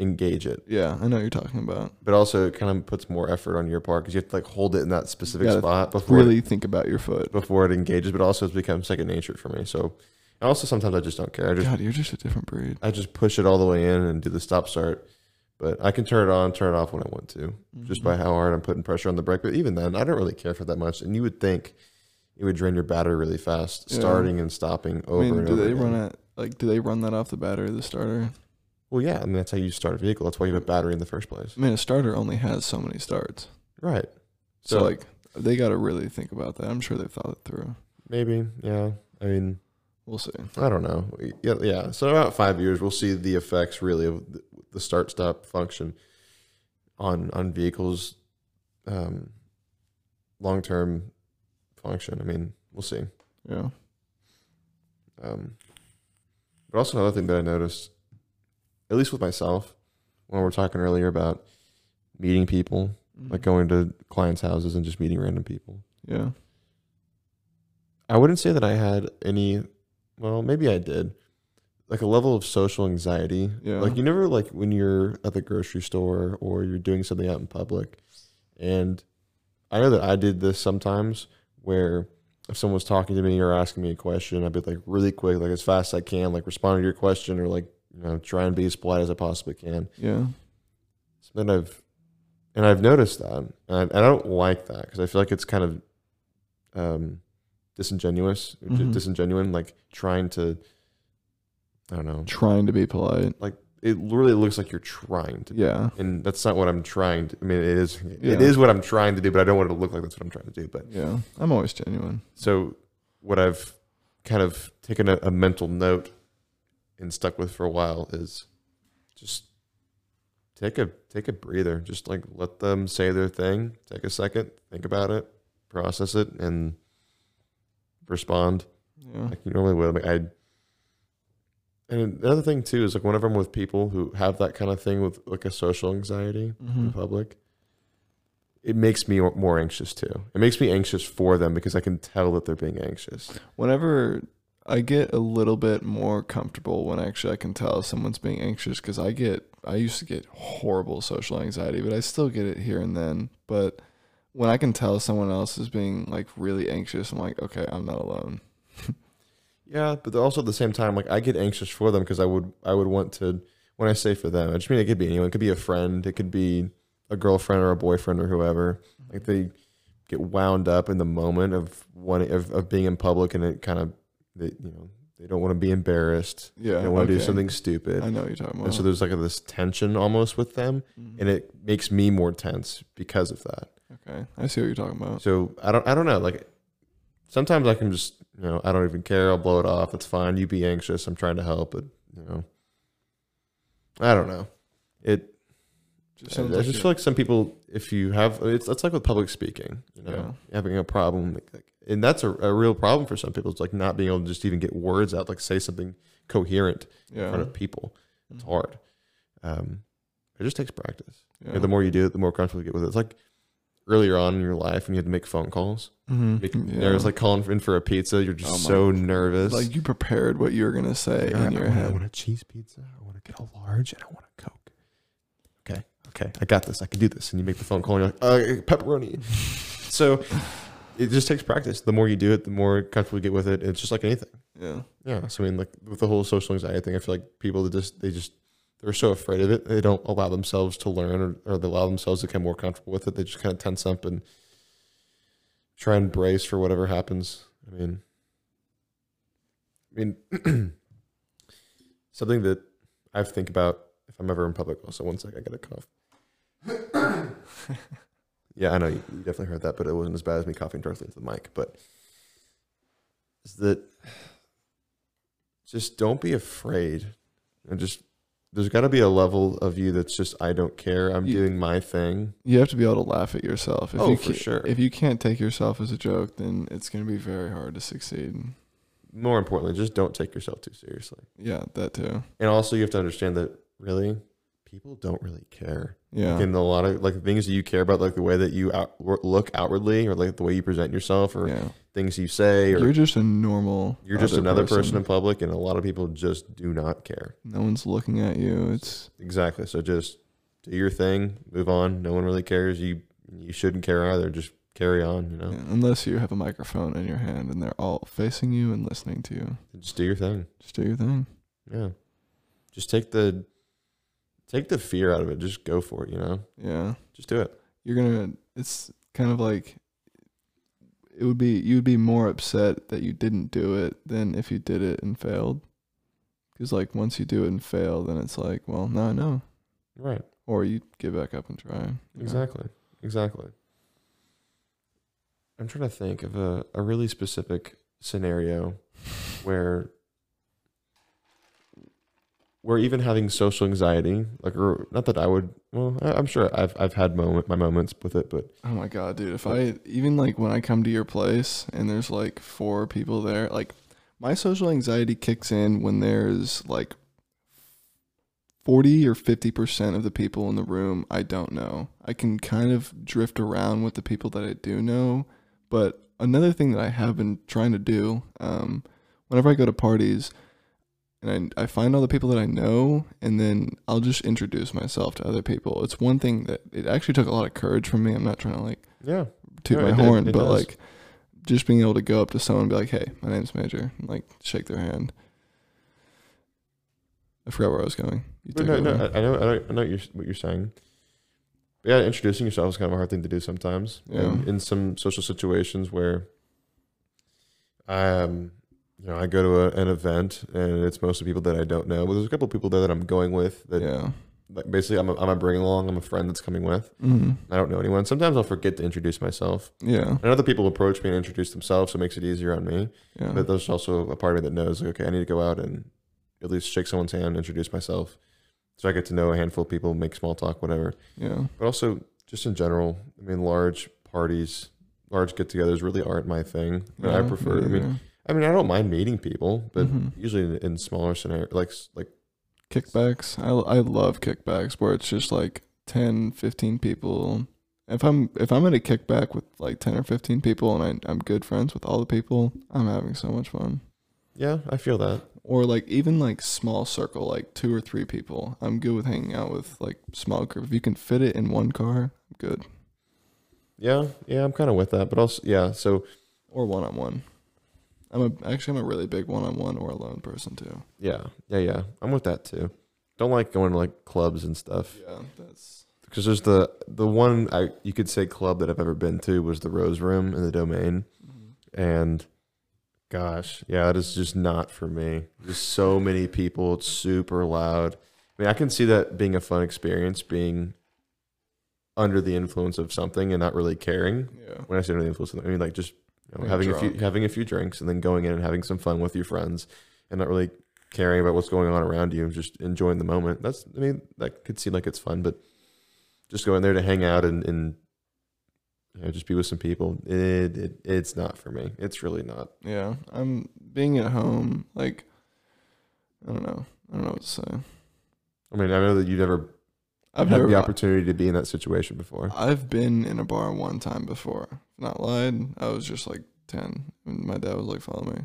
S2: engage it.
S1: Yeah, I know what you're talking about.
S2: But also, it kind of puts more effort on your part because you have to like hold it in that specific
S1: Gotta
S2: spot before
S1: Really think about your foot.
S2: before it engages. But also, it's become second nature for me. So, and also sometimes I just don't care. I just
S1: God, you're just a different breed.
S2: I just push it all the way in and do the stop start. But I can turn it on, turn it off when I want to,
S1: Mm-hmm.
S2: just by how hard I'm putting pressure on the brake. But even then, I don't really care for that much. And you would think it would drain your battery really fast,
S1: Yeah.
S2: starting and stopping
S1: I
S2: over
S1: mean,
S2: and
S1: do
S2: over.
S1: they
S2: again.
S1: run it like? Do they run that off the battery of the starter?
S2: Well, yeah, I mean that's how you start a vehicle. That's why you have a battery in the first place.
S1: I mean, a starter only has so many starts,
S2: Right.
S1: so,
S2: So-
S1: like they got to really think about that. I'm sure they've thought it through.
S2: Maybe. Yeah. I mean,
S1: We'll see.
S2: I don't know. Yeah, yeah. So in about five years, we'll see the effects really of th- the start stop function on on vehicles, um, long term function. I mean, we'll see.
S1: Yeah.
S2: Um, but also another thing that I noticed, at least with myself, when we were talking earlier about meeting people, Mm-hmm. like going to clients' houses and just meeting random people.
S1: Yeah.
S2: I wouldn't say that I had any. Well, maybe I did. Like a level of social anxiety.
S1: Yeah.
S2: Like you never like when you're at the grocery store or you're doing something out in public, and I know that I did this sometimes where if someone was talking to me or asking me a question, I'd be like really quick, like as fast as I can, like respond to your question or like you know try and be as polite as I possibly can.
S1: Yeah.
S2: So then I've, and I've noticed that, and I, I don't like that because I feel like it's kind of, um, disingenuous, or di-
S1: Mhm.
S2: disingenuine, like trying to, I don't know,
S1: Trying to be polite.
S2: it really looks like you're trying to,
S1: Yeah.
S2: and that's not what I'm trying to. I mean, it is,
S1: Yeah.
S2: it is what I'm trying to do, but I don't want it to look like that's what I'm trying to do. But
S1: Yeah. I'm always genuine.
S2: so what I've kind of taken a, a mental note and stuck with for a while is just take a take a breather. Just like let them say their thing. Take a second, think about it, process it, and respond
S1: Yeah.
S2: like you normally would. Like I and another thing too is like whenever I'm with people who have that kind of thing with like a social anxiety,
S1: hmm
S2: in public, it makes me more anxious too. It makes me anxious for them because I can tell that they're being anxious.
S1: Whenever I get a little bit more comfortable when actually I can tell someone's being anxious because I get, I used to get horrible social anxiety, but I still get it here and then. But when I can tell someone else is being like really anxious, I'm like, okay, I'm not alone.
S2: Yeah, but also at the same time, like I get anxious for them because I would I would want to. When I say for them, I just mean it could be anyone. It could be a friend. It could be a girlfriend or a boyfriend or whoever. Like they get wound up in the moment of one of, of being in public, and it kind of they you know they don't want to be embarrassed.
S1: Yeah.
S2: They don't want to do
S1: okay.
S2: something stupid.
S1: I know what you're talking about.
S2: And so there's like this tension almost with them,
S1: Mhm.
S2: and it makes me more tense because of that.
S1: okay. I see what you're talking about.
S2: So I don't I don't know. Like sometimes I can just you know I don't even care. I'll blow it off. It's fine. You be anxious. I'm trying to help, but you know I don't know. It
S1: Just
S2: I,
S1: sounds
S2: I
S1: like
S2: just
S1: you-
S2: feel like some people if you have it's that's like with public speaking. You know, having a problem, like, like- and that's a, a real problem for some people. It's like not being able to just even get words out, like say something coherent in
S1: yeah.
S2: front of people. It's hard. Um, it just takes practice.
S1: Yeah.
S2: You know, the more you do it, the more comfortable you get with it. It's like earlier on in your life when you had to make phone calls. Make,
S1: Mhm.
S2: There was like calling in for a pizza. You're just
S1: Oh my
S2: so nervous.
S1: like you prepared what you were gonna say in
S2: God, I
S1: your
S2: want- I
S1: head.
S2: want a cheese pizza. I want to get a large, and I want a coke. Okay, okay, I got this. I can do this. And you make the phone call, and you're like, uh, pepperoni. so it just takes practice. The more you do it, the more comfortable you get with it. It's just like anything.
S1: Yeah.
S2: Yeah. So I mean, like with the whole social anxiety thing, I feel like people that just they just they're so afraid of it, they don't allow themselves to learn or, or they allow themselves to become more comfortable with it. They just kind of tense up and try and brace for whatever happens. I mean, I mean, something that I have to think about if I'm ever in public. Also, one sec, I got a cough. yeah, I know you, you definitely heard that, but it wasn't as bad as me coughing directly into the mic. But is that just don't be afraid and just there's got to be a level of you that's just I don't care. I'm
S1: You-
S2: doing my thing.
S1: You have to be able to laugh at yourself. If
S2: Oh,
S1: you
S2: for
S1: ca-
S2: sure.
S1: If you can't take yourself as a joke, then it's going to be very hard to succeed.
S2: More importantly, just don't take yourself too seriously.
S1: Yeah, that too.
S2: And also, you have to understand that really, people don't really care.
S1: Yeah.
S2: And a lot of like things that you care about, like the way that you out- look outwardly, or like the way you present yourself, or
S1: yeah.
S2: things you say, or
S1: You're
S2: you're,
S1: just a normal.
S2: just
S1: other
S2: another person. in public, and a lot of people just do not care.
S1: No one's looking at you. It's
S2: Exactly. So just do your thing, move on. No one really cares. You you shouldn't care either. Just carry on. You know,
S1: yeah, unless you have a microphone in your hand and they're all facing you and listening to you.
S2: just do your thing.
S1: Just do your thing.
S2: Yeah. Just take the take the fear out of it. Just go for it, you know?
S1: Yeah.
S2: Just do it.
S1: You're gonna. It's kind of like it would be. You'd be more upset that you didn't do it than if you did it and failed. Because like once you do it and fail, then it's like, well, now I know.
S2: Right.
S1: Or you give back up and try. you know?
S2: Exactly. Exactly. I'm trying to think of a, a really specific scenario where where even having social anxiety, like or not that I would well, I, I'm sure I've I've had moment my moments with it, but
S1: Oh my god, dude! If I even like when I come to your place and there's like four people there, like my social anxiety kicks in when there's like forty or fifty percent of the people in the room I don't know. I can kind of drift around with the people that I do know, but another thing that I have been trying to do, um, whenever I go to parties, and I, I find all the people that I know, and then I'll just introduce myself to other people. It's one thing that it actually took a lot of courage from me. I'm not trying to like
S2: yeah.
S1: toot
S2: No,
S1: my
S2: it- it-
S1: horn,
S2: it
S1: but
S2: does.
S1: like just being able to go up to someone and be like, "Hey, my name's Major," and like shake their hand. I forgot where I was going. You
S2: But
S1: took
S2: no,
S1: it
S2: no,
S1: away.
S2: I, I know, I know, I know what you're, what you're saying. But yeah, introducing yourself is kind of a hard thing to do sometimes. And
S1: Yeah.
S2: in some social situations where, um, you know, I go to a, an event and it's mostly people that I don't know. But there's a couple people there that I'm going with that,
S1: yeah.
S2: like, basically, I'm a, I'm a bring along. I'm a friend that's coming with.
S1: hmm
S2: I don't know anyone. Sometimes I'll forget to introduce myself,
S1: Yeah.
S2: and other people approach me and introduce themselves, so it makes it easier on me.
S1: Yeah.
S2: But there's also a part of me that knows, like, okay, I need to go out and at least shake someone's hand, introduce myself, so I get to know a handful of people, make small talk, whatever.
S1: yeah.
S2: But also, just in general, I mean, large parties, large get-togethers really aren't my thing. I, mean, I
S1: Yeah,
S2: prefer. I mean,
S1: yeah.
S2: I mean, I don't mind meeting people, but
S1: Mhm.
S2: usually in, in smaller scenario, like s- like
S1: kickbacks. I I love kickbacks where it's just like 10, 15 people. If I'm if I'm at a kickback with like 10 or 15 people and I, I'm good friends with all the people, I'm having so much fun.
S2: yeah, I feel that.
S1: Or like even like small circle, like two or three people. I'm good with hanging out with like small group. If you can fit it in one car, I'm good.
S2: Yeah, yeah, I'm kind of with that. But also, yeah, so
S1: Or one on one. I'm a actually I'm a really big one on one or alone person too.
S2: Yeah, yeah, yeah. I'm with that too. Don't like going to like clubs and stuff
S1: Yeah, that's
S2: because there's the the one I you could say club that I've ever been to was the Rose Room in the Domain,
S1: mm-hmm.
S2: and gosh, yeah, that is just not for me. There's so many people. It's super loud. I mean, I can see that being a fun experience, being under the influence of something and not really caring.
S1: yeah.
S2: When I say under the influence, I mean like just you know,
S1: Like
S2: having a few
S1: drunk.
S2: having a few drinks and then going in and having some fun with your friends and not really caring about what's going on around you and just enjoying the moment. That's I mean that could seem like it's fun, but just going there to hang out and, and you know, just be with some people. It, it it's not for me. It's really not.
S1: Yeah, I'm being at home. Like, I don't know. I don't know what to say.
S2: I mean, I know that you've never
S1: I've
S2: had
S1: never.
S2: the opportunity to be in that situation before.
S1: I've been in a bar one time before. Not lied. I was just like ten, and my dad was like, "Follow me.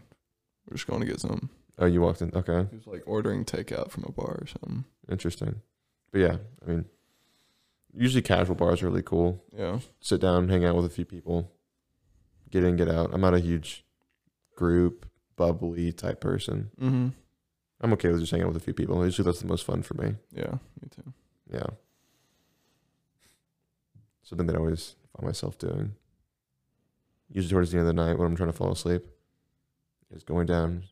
S1: We're just going to get some."
S2: Oh, you walked in. Okay,
S1: He was like ordering takeout from a bar or something.
S2: interesting. But yeah, I mean, usually casual bars are really cool.
S1: Yeah.
S2: sit down, hang out with a few people, get in, get out. I'm not a huge group, bubbly type person.
S1: Mm-hmm.
S2: I'm okay with just hanging out with a few people. Usually that's the most fun for me.
S1: Yeah. Me too.
S2: Yeah. Something that I always find myself doing. Usually towards the end of the night when I'm trying to fall asleep, is going down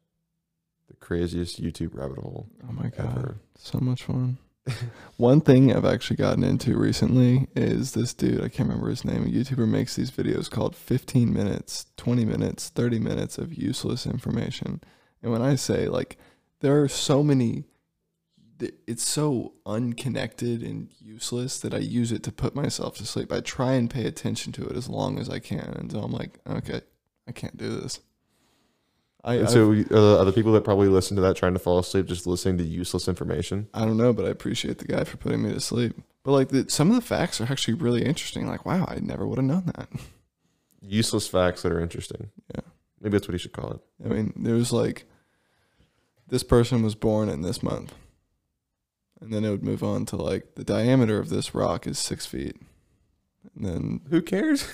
S2: the craziest YouTube rabbit hole
S1: Oh my god.
S2: ever.
S1: So much fun. One thing I've actually gotten into recently is this dude, I can't remember his name, a YouTuber makes these videos called 15 minutes, 20 minutes, 30 minutes of useless information. And when I say like there are so many th- it's so unconnected and useless that I use it to put myself to sleep. I try and pay attention to it as long as I can until I'm like, okay, I can't do this. I
S2: And
S1: I've-
S2: so are the other people that probably listen to that trying to fall asleep just listening to useless information?
S1: I don't know, but I appreciate the guy for putting me to sleep. But like the, some of the facts are actually really interesting. Like, wow, I never would have known that.
S2: Useless facts that are interesting.
S1: Yeah.
S2: Maybe that's what you should call it.
S1: I mean, there's like this person was born in this month. And then it would move on to like the diameter of this rock is six feet. And then
S2: Who cares?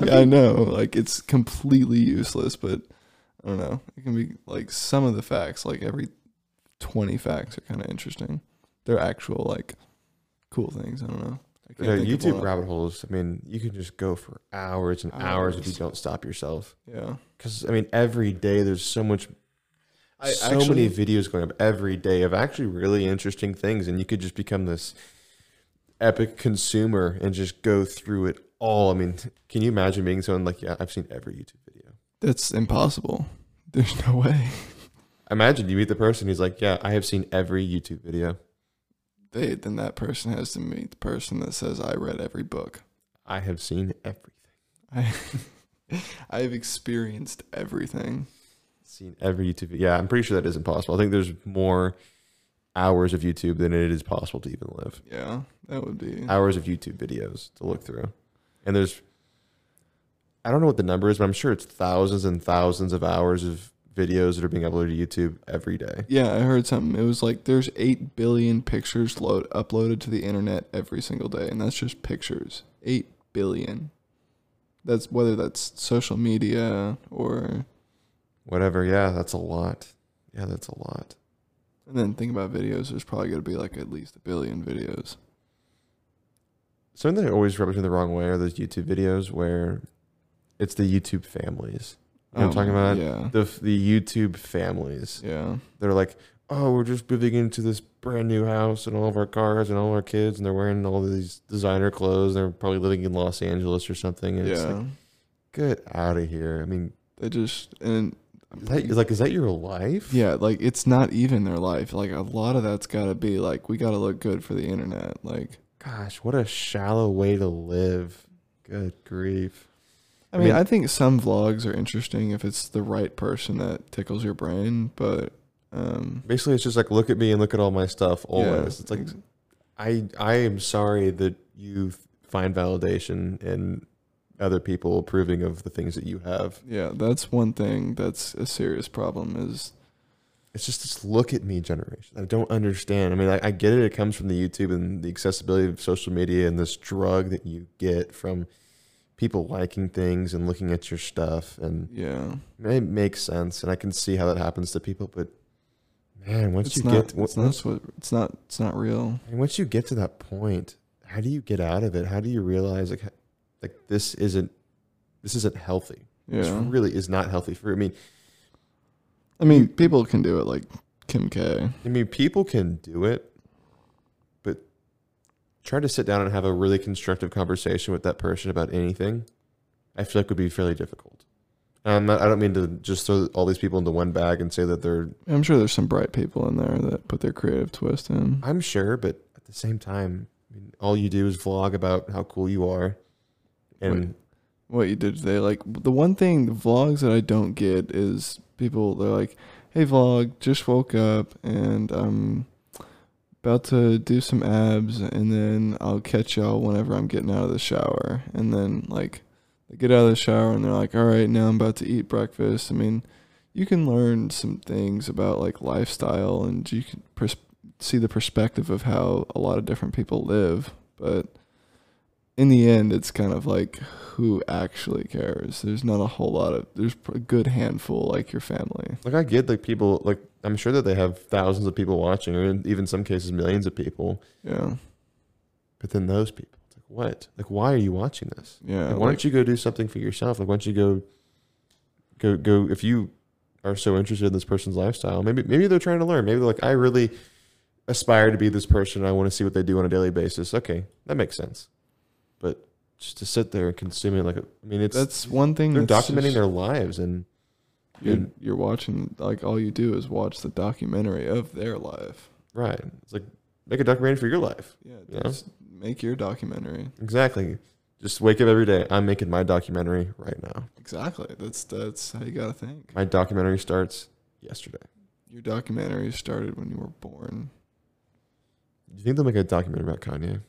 S1: Yeah, I know, like it's completely useless, but I don't know. It can be like some of the facts, like every twenty facts are kinda interesting. They're actual like cool things. I don't know. I
S2: Yeah,
S1: think of one
S2: YouTube
S1: off-
S2: rabbit holes. I mean, you can just go for hours and hours, if you
S1: Hours.
S2: don't stop yourself.
S1: Yeah.
S2: Because I mean, every day there's so much,
S1: I
S2: so many videos going up every day of actually really interesting things, and you could just become this epic consumer and just go through it all. I mean, can you imagine being someone like, yeah, I've seen every YouTube video.
S1: That's impossible. There's no way.
S2: Imagine you meet the person who's like, yeah, I have seen every YouTube video.
S1: They then that person has to meet the person that says I read every book.
S2: I have seen everything,
S1: I I have experienced everything.
S2: seen every YouTube. Video. Yeah, I'm pretty sure that is impossible. I think there's more hours of YouTube than it is possible to even live.
S1: Yeah, that would be.
S2: hours of YouTube videos to look through. And there's, I don't know what the number is, but I'm sure it's thousands and thousands of hours of videos that are being uploaded to YouTube every day.
S1: Yeah, I heard something. It was like there's eight billion pictures load uploaded to the internet every single day, and that's just pictures. Eight billion. That's whether that's social media or
S2: Whatever. Yeah, that's a lot. Yeah, that's a lot.
S1: and then think about videos. There's probably gonna be like at least a billion videos.
S2: Something that always rubs me the wrong way are those YouTube videos where it's the YouTube families. You know what I'm talking about?
S1: Um, Yeah,
S2: The, the YouTube families.
S1: yeah.
S2: They're like, oh, we're just moving into this brand new house and all of our cars and all our kids, and they're wearing all these designer clothes. And they're probably living in Los Angeles or something. And it's
S1: yeah.
S2: like, get out of here. I mean,
S1: they just and
S2: is that, is like, is that your life?
S1: yeah, like it's not even their life. Like a lot of that's got to be like we got to look good for the internet. Like
S2: Gosh, what a shallow way to live. Good grief.
S1: I mean,
S2: mean-
S1: I think some vlogs are interesting if it's the right person that tickles your brain, but um
S2: Basically, it's just like look at me and look at all my stuff. Always,
S1: yeah,
S2: it's like
S1: ex-
S2: I I am sorry that you find validation in other people approving of the things that you have.
S1: yeah, that's one thing that's a serious problem is
S2: It's just this look at me generation. I don't understand. I mean, I, I get it. It comes from the YouTube and the accessibility of social media and this drug that you get from people liking things and looking at your stuff and
S1: yeah,
S2: It makes sense, and I can see how that happens to people. But man, once
S1: it's
S2: you
S1: not
S2: get
S1: it's
S2: once,
S1: not what it's not it's not real.
S2: and once you get to that point, how do you get out of it? How do you realize like h- like this isn't this isn't healthy? This
S1: Yeah.
S2: really is not healthy for. I mean,
S1: I mean, people can do it like Kim K.
S2: I mean, people can do it, but try to sit down and have a really constructive conversation with that person about anything. I feel like would be fairly difficult. And I'm not, I don't mean to just throw all these people into one bag and say that they're
S1: I'm sure there's some bright people in there that put their creative twist in.
S2: I'm sure, but at the same time, I mean, all you do is vlog about how cool you are, and
S1: what you did today. Like the one thing the vlogs that I don't get is people they're like, "Hey vlog, just woke up and I'm about to do some abs and then I'll catch y'all whenever I'm getting out of the shower." And then like they get out of the shower and they're like, "All right, now I'm about to eat breakfast." I mean, you can learn some things about like lifestyle and you can pers- see the perspective of how a lot of different people live, but in the end, it's kind of like who actually cares. There's not a whole lot of there's a good handful like your family.
S2: like I get like people like I'm sure that they have thousands of people watching, or in even some cases millions of people.
S1: Yeah,
S2: But then those people, it's like what? Like why are you watching this?
S1: yeah.
S2: Like, why
S1: Uh, like-
S2: don't you go do something for yourself? Like why don't you go, go go? If you are so interested in this person's lifestyle, maybe maybe they're trying to learn. Maybe they're like I really aspire to be this person. and I want to see what they do on a daily basis. Okay, that makes sense. But just to sit there and consume it, like I mean, it's
S1: that's one thing.
S2: they're
S1: that's
S2: documenting
S1: just-
S2: their lives and
S1: You're, you're watching like all you do is watch the documentary of their life.
S2: right. It's like make a documentary for your life.
S1: Yeah,
S2: Yeah.
S1: just make your documentary.
S2: Exactly. Just wake up every day. I'm making my documentary right now.
S1: Exactly. That's that's how you gotta think.
S2: My documentary starts yesterday.
S1: Your documentary started when you were born.
S2: Do you think they'll make a documentary about Kanye?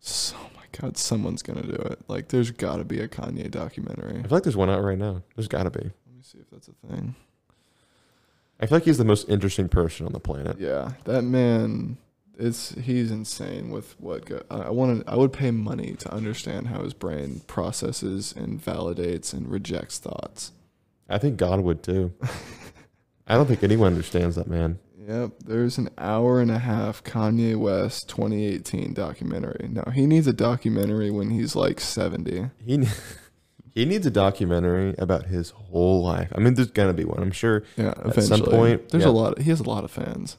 S1: So, oh my god, someone's gonna do it. Like, there's gotta be a Kanye documentary.
S2: I feel like there's one out right now. There's got to be.
S1: Let me see if that's a thing.
S2: I feel like he's the most interesting person on the planet.
S1: Yeah, that man. It's he's insane with what go, I want to. I would pay money to understand how his brain processes and validates and rejects thoughts.
S2: I think God would too. I don't think anyone understands that man.
S1: Yep, there's an hour and a half Kanye West 2018 documentary. Now he needs a documentary when he's like 70.
S2: He ne- he needs a documentary about his whole life. I mean, there's gonna be one. I'm sure.
S1: Yeah,
S2: some
S1: eventually.
S2: point,
S1: there's
S2: yeah.
S1: a lot. he has a lot of fans.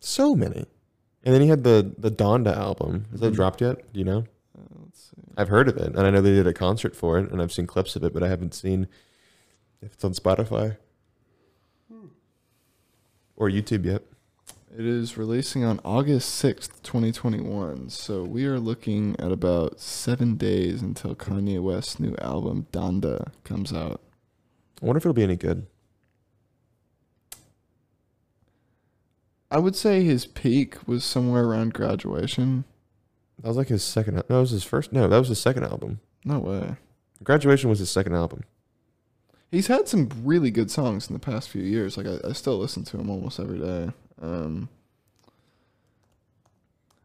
S2: So many. And then he had the the Donda album. Has that dropped yet? Do you know?
S1: Uh, let's see.
S2: I've heard of it, and I know they did a concert for it, and I've seen clips of it, but I haven't seen if it's on Spotify or YouTube yet.
S1: It is releasing on August 6th, 2021. So we are looking at about seven days until Kanye West's new album, Donda, comes out.
S2: I wonder if it'll be any good.
S1: I would say his peak was somewhere around graduation.
S2: That was like his second. al- No, it was his first. No, that was his second album.
S1: No way.
S2: Graduation was his second album.
S1: He's had some really good songs in the past few years. Like, I, I still listen to him almost every day. Um,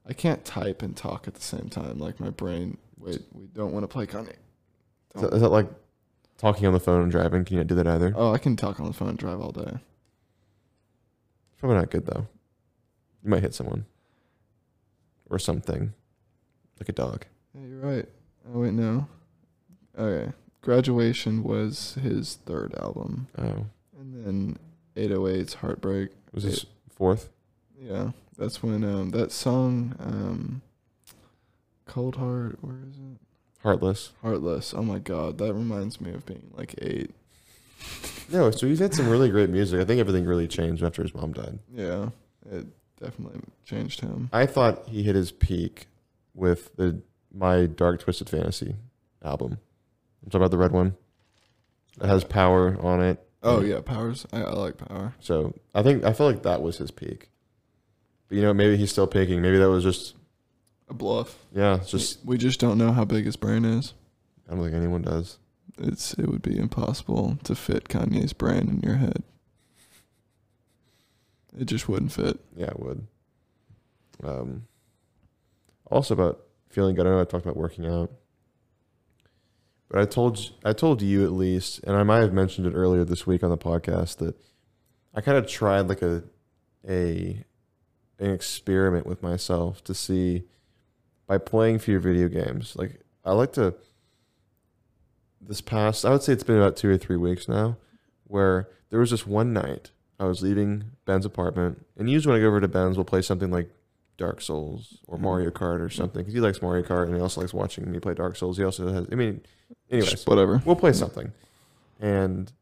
S1: I can't type and talk at the same time. Like, my brain, wait, we don't want to play Kanye.
S2: Is that, is that like talking on the phone and driving? Can you not do that either?
S1: Oh, I can talk on the phone and drive all day.
S2: Probably not good though. You might hit someone or something, like a dog.
S1: Yeah, you're right. Oh wait, no. Okay. Graduation was his third album.
S2: Oh,
S1: And then 808's Heartbreak.
S2: was this fourth?
S1: Yeah. That's when um that song um Cold Heart, where is it?
S2: Heartless.
S1: Heartless. Oh my god, that reminds me of being like 8.
S2: No, so he's had some really great music. I think everything really changed after his mom died.
S1: Yeah. It definitely changed him.
S2: I thought he hit his peak with the My Dark Twisted Fantasy album. I'm talking about the red one. It has power on it.
S1: Oh yeah, Powers. I, I like Power.
S2: So I think I feel like that was his peak. But you know, maybe he's still peaking. Maybe that was just
S1: A bluff.
S2: yeah, it's just
S1: we just don't know how big his brain is.
S2: I don't think anyone does.
S1: It's it would be impossible to fit Kanye's brain in your head. It just wouldn't fit.
S2: Yeah, it would. Um, also about feeling good. I know I talked about working out, but I told I told you at least, and I might have mentioned it earlier this week on the podcast that I kind of tried like a a an experiment with myself to see by playing few video games. Like I like to this past I would say it's been about two or three weeks now, where there was this one night I was leaving Ben's apartment, and usually when I go over to Ben's, we'll play something like Dark Souls or Mario Kart or something because he likes Mario Kart and he also likes watching me play Dark Souls. He also has, I mean, anyways,
S1: whatever.
S2: we'll play something. And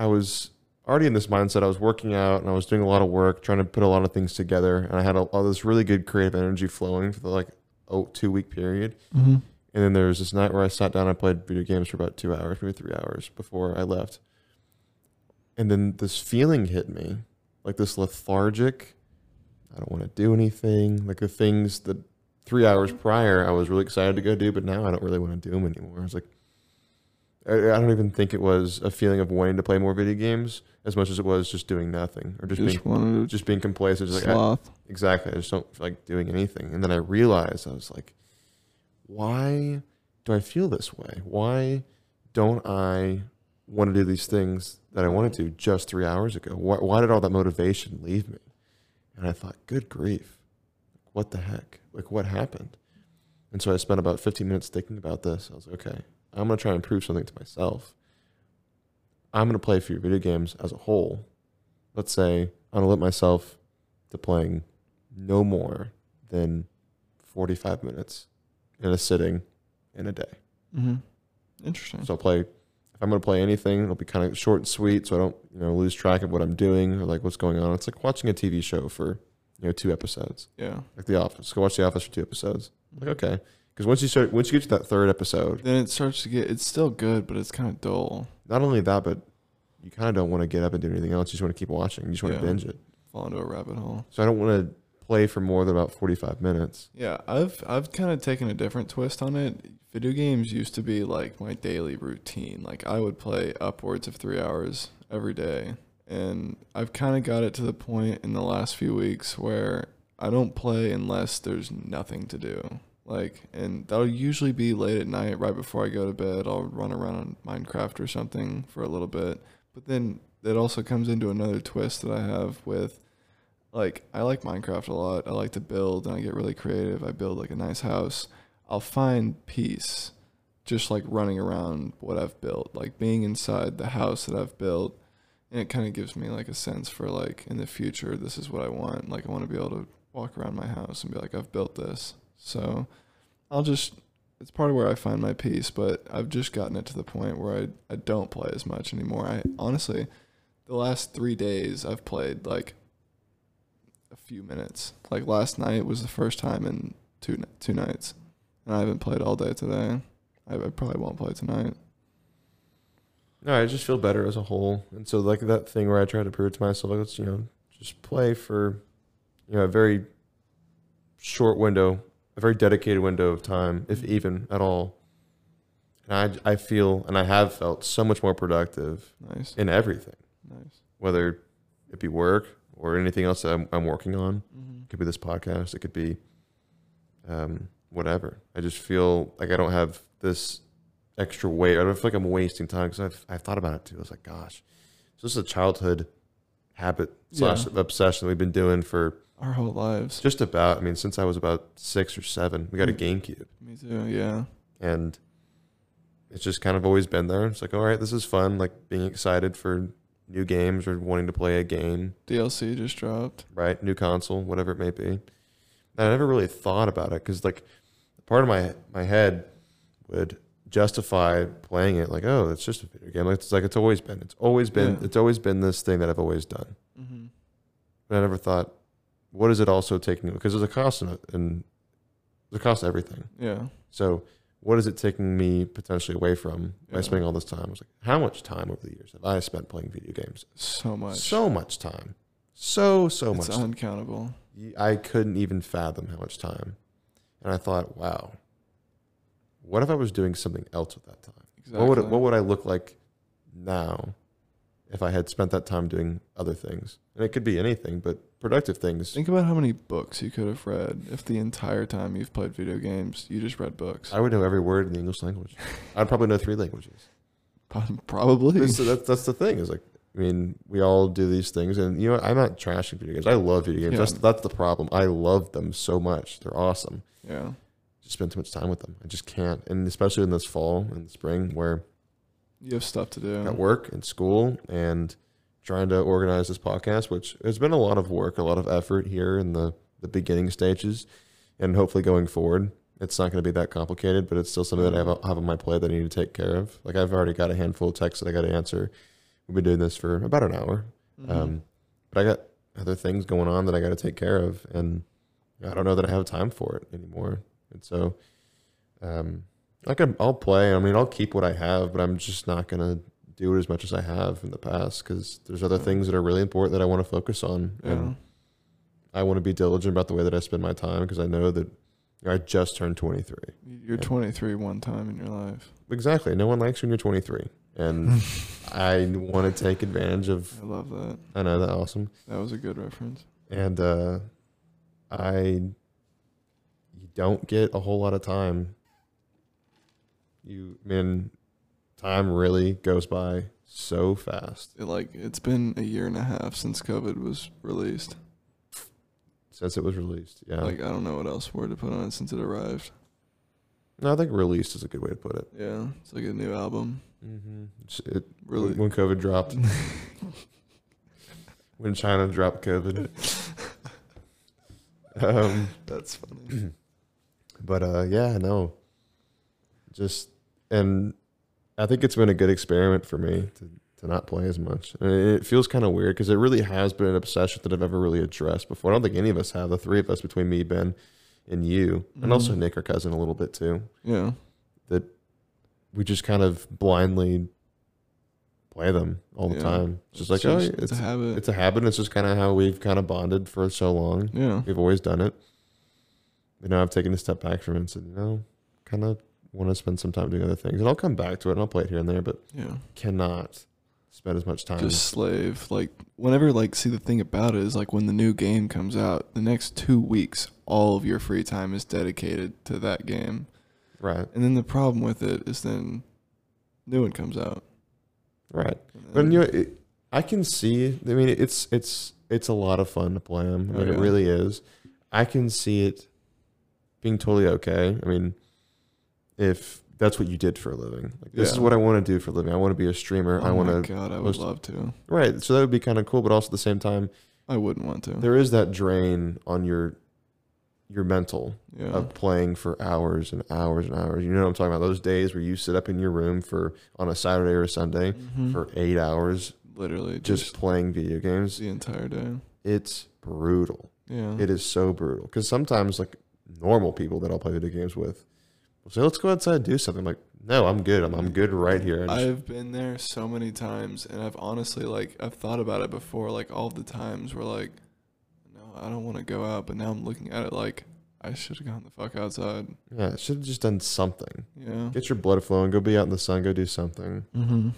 S2: I was already in this mindset. I was working out and I was doing a lot of work, trying to put a lot of things together, and I had all all this really good creative energy flowing for the like oh two week period.
S1: Mm-hmm.
S2: And then there was this night where I sat down, I played video games for about two hours, maybe three hours before I left. And then this feeling hit me, like this lethargic, I don't want to do anything, like the things that three hours prior I was really excited to go do, but now I don't really want to do them anymore. I was like, I, I don't even think it was a feeling of wanting to play more video games as much as it was just doing nothing or just,
S1: Just,
S2: being
S1: wanted to
S2: just being complacent. Just like, I-
S1: sloth.
S2: Exactly. I just don't feel like doing anything. And then I realized I was like, why do I feel this way? Why don't I want to do these things that I wanted to just three hours ago? Why, why did all that motivation leave me? And I thought, good grief. What the heck? Like, what happened? And so I spent about 15 minutes thinking about this. I was like, okay, I'm going to try and prove something to myself. I'm going to play a few video games as a whole. Let's say I'm going to let myself to playing no more than 45 minutes in a sitting in a day.
S1: hmm Interesting.
S2: So I'll play, if I'm going to play anything, it'll be kind of short and sweet so I don't, you know, lose track of what I'm doing or like what's going on. It's like watching a TV show for, you know, two episodes,
S1: yeah.
S2: like The Office. Go watch The Office for two episodes. I'm like, okay, Because once you start, once you get to that third episode,
S1: Then it starts to get. It's still good, but it's kind of dull.
S2: not only that, but you kind of don't want to get up and do anything else. You just want to keep watching. You just want
S1: Yeah.
S2: to binge it.
S1: Fall into a rabbit hole.
S2: So I don't want to play for more than about 45 minutes.
S1: Yeah, I've I've kind of taken a different twist on it. Video games used to be like my daily routine. Like I would play upwards of 3 hours every day. And I've kind of got it to the point in the last few weeks where I don't play unless there's nothing to do. Like and that'll usually be late at night right before I go to bed. I'll run around on Minecraft or something for a little bit. But then that also comes into another twist that I have with like I like Minecraft a lot. I like to build and I get really creative. I build like a nice house. I'll find peace just like running around what I've built, like being inside the house that I've built. And it kind of gives me like a sense for like in the future, this is what I want. Like I want to be able to walk around my house and be like, I've built this. So I'll just, it's part of where I find my peace, but I've just gotten it to the point where I, I don't play as much anymore. I honestly, the last three days I've played like a few minutes. Like last night was the first time in two n- two nights, and I haven't played all day today. I, I probably won't play tonight.
S2: No, I just feel better as a whole. And so, like that thing where I try to prove to myself, like, let's, you know, just play for, you know, a very short window, a very dedicated window of time, if even at all. And I, I feel, and I have felt so much more productive
S1: Nice,
S2: in everything,
S1: nice.
S2: whether it be work or anything else that I'm, I'm working on.
S1: Mm-hmm.
S2: It could be this podcast. It could be um, whatever. I just feel like I don't have this extra weight. I don't feel like I'm wasting time because I've, I've thought about it too. I was like, gosh, so this is a childhood habit slash obsession that we've been doing for
S1: Our whole lives.
S2: just about, I mean, since I was about six or seven. We got a GameCube
S1: Me too. Yeah.
S2: and it's just kind of always been there. It's like, all right, this is fun. Like being excited for new games or wanting to play a game
S1: DLC just dropped.
S2: right? New console, whatever it may be. And I never really thought about it because like part of my my head would justify playing it like, oh, it's just a video game. Like it's like it's always been. It's always been.
S1: Yeah.
S2: It's always been this thing that I've always done.
S1: Mm-hmm.
S2: But I never thought, what is it also taking? Because there's a cost in it, and there's a cost to everything.
S1: Yeah.
S2: So what is it taking me potentially away from by
S1: Yeah.
S2: spending all this time? I was like, how much time over the years have I spent playing video games?
S1: So much.
S2: So much time. So so
S1: it's
S2: much. time
S1: uncountable.
S2: y- I couldn't even fathom how much time. And I thought, wow, what if I was doing something else with that time?
S1: Exactly.
S2: What would it, what would I look like now if I had spent that time doing other things? And it could be anything, but productive things.
S1: Think about how many books you could have read if the entire time you've played video games, you just read books.
S2: I would know every word in the English language. I'd probably know three languages.
S1: Probably.
S2: So that's that's the thing. Is like, I mean, we all do these things, and you know, I'm not trashing video games. I love video games.
S1: Yeah.
S2: That's that's the problem. I love them so much. They're awesome.
S1: Yeah.
S2: just spend too much time with them. I just can't. And especially in this fall and spring where
S1: You have stuff to do.
S2: at work and school and trying to organize this podcast, which has been a lot of work, a lot of effort here in the, the beginning stages. And hopefully going forward, it's not going to be that complicated, but it's still something that I have, have on my plate that I need to take care of. Like I've already got a handful of texts that I got to answer. We've been doing this for about an hour.
S1: Mhm.
S2: Um, but I got other things going on that I got to take care of, and I don't know that I have time for it anymore. And so, um, like I'm, I'll play. I mean, I'll keep what I have, but I'm just not gonna do it as much as I have in the past because there's other things that are really important that I want to focus on,
S1: yeah.
S2: and I want to be diligent about the way that I spend my time because I know that I just turned 23.
S1: You're
S2: yeah.
S1: 23 one time in your life.
S2: Exactly. No one likes you when you're 23, and I want to take advantage of.
S1: I love that.
S2: I know that awesome.
S1: That was a good reference.
S2: and uh, I you don't get a whole lot of time. You I mean time really goes by so fast
S1: It, like it's been a year and a half since COVID was released.
S2: since it was released. Yeah,
S1: Like I don't know what else word to put on it since it arrived.
S2: no, I think released is a good way to put it.
S1: Yeah, it's like a new album.
S2: Mm-hmm. it
S1: Really,
S2: when COVID dropped, when China dropped COVID. um,
S1: that's funny.
S2: But uh, yeah, no. Just and I think it's been a good experiment for me to, to not play as much. And it feels kind of weird because it really has been an obsession that I've ever really addressed before. I don't think any of us have. The three of us between me, Ben, and you, and also
S1: Mhm.
S2: Nick, our cousin, a little bit too.
S1: Yeah.
S2: We just kind of blindly play them all the
S1: Yeah.
S2: time. It's just like oh,
S1: just-
S2: it's
S1: it's a habit.
S2: it's a habit. It's just kind of how we've kind of bonded for so long.
S1: yeah.
S2: We've always done it. You know, I've taken a step back from it and said, you know, kind of want to spend some time doing other things, and I'll come back to it and I'll play it here and there, but
S1: Yeah.
S2: cannot spend as much time.
S1: Just slave. Like whenever like see the thing about it is like when the new game comes out, the next two weeks all of your free time is dedicated to that game.
S2: right,
S1: And then the problem with it is then new one comes out.
S2: right.
S1: And
S2: But
S1: then-
S2: you know, it, I can see. I mean, it's it's it's a lot of fun to play them. I
S1: Oh,
S2: mean, it
S1: yeah.
S2: really is. I can see it being totally okay. I mean, if that's what you did for a living, like this is
S1: Yeah.
S2: what I want to do for a living. I want to be a streamer. I
S1: Oh
S2: want
S1: my
S2: to
S1: God, I would
S2: post-
S1: love to.
S2: right. So that would be kind of cool. But also at the same time,
S1: I wouldn't want to.
S2: there is that drain on your your mental
S1: yeah.
S2: of playing for hours and hours and hours. You know what I'm talking about? Those days where you sit up in your room for on a Saturday or a Sunday
S1: Mhm.
S2: for eight hours
S1: literally
S2: just
S1: just
S2: playing video games.
S1: the entire day.
S2: It's brutal.
S1: Yeah.
S2: It is so brutal. Because sometimes, like normal people that I'll play video games with, will say, "Let's go outside and do something." I'm like, no, I'm good. I'm, I'm good right here. I just,
S1: I've been there so many times, and I've honestly like I've thought about it before, like all the times where like, no, I don't want to go out, but now I'm looking at it like I should have gone the fuck outside.
S2: yeah, should have just done something.
S1: Yeah.
S2: Get your blood flowing. Go be out in the sun. Go do something.
S1: Mm-hmm.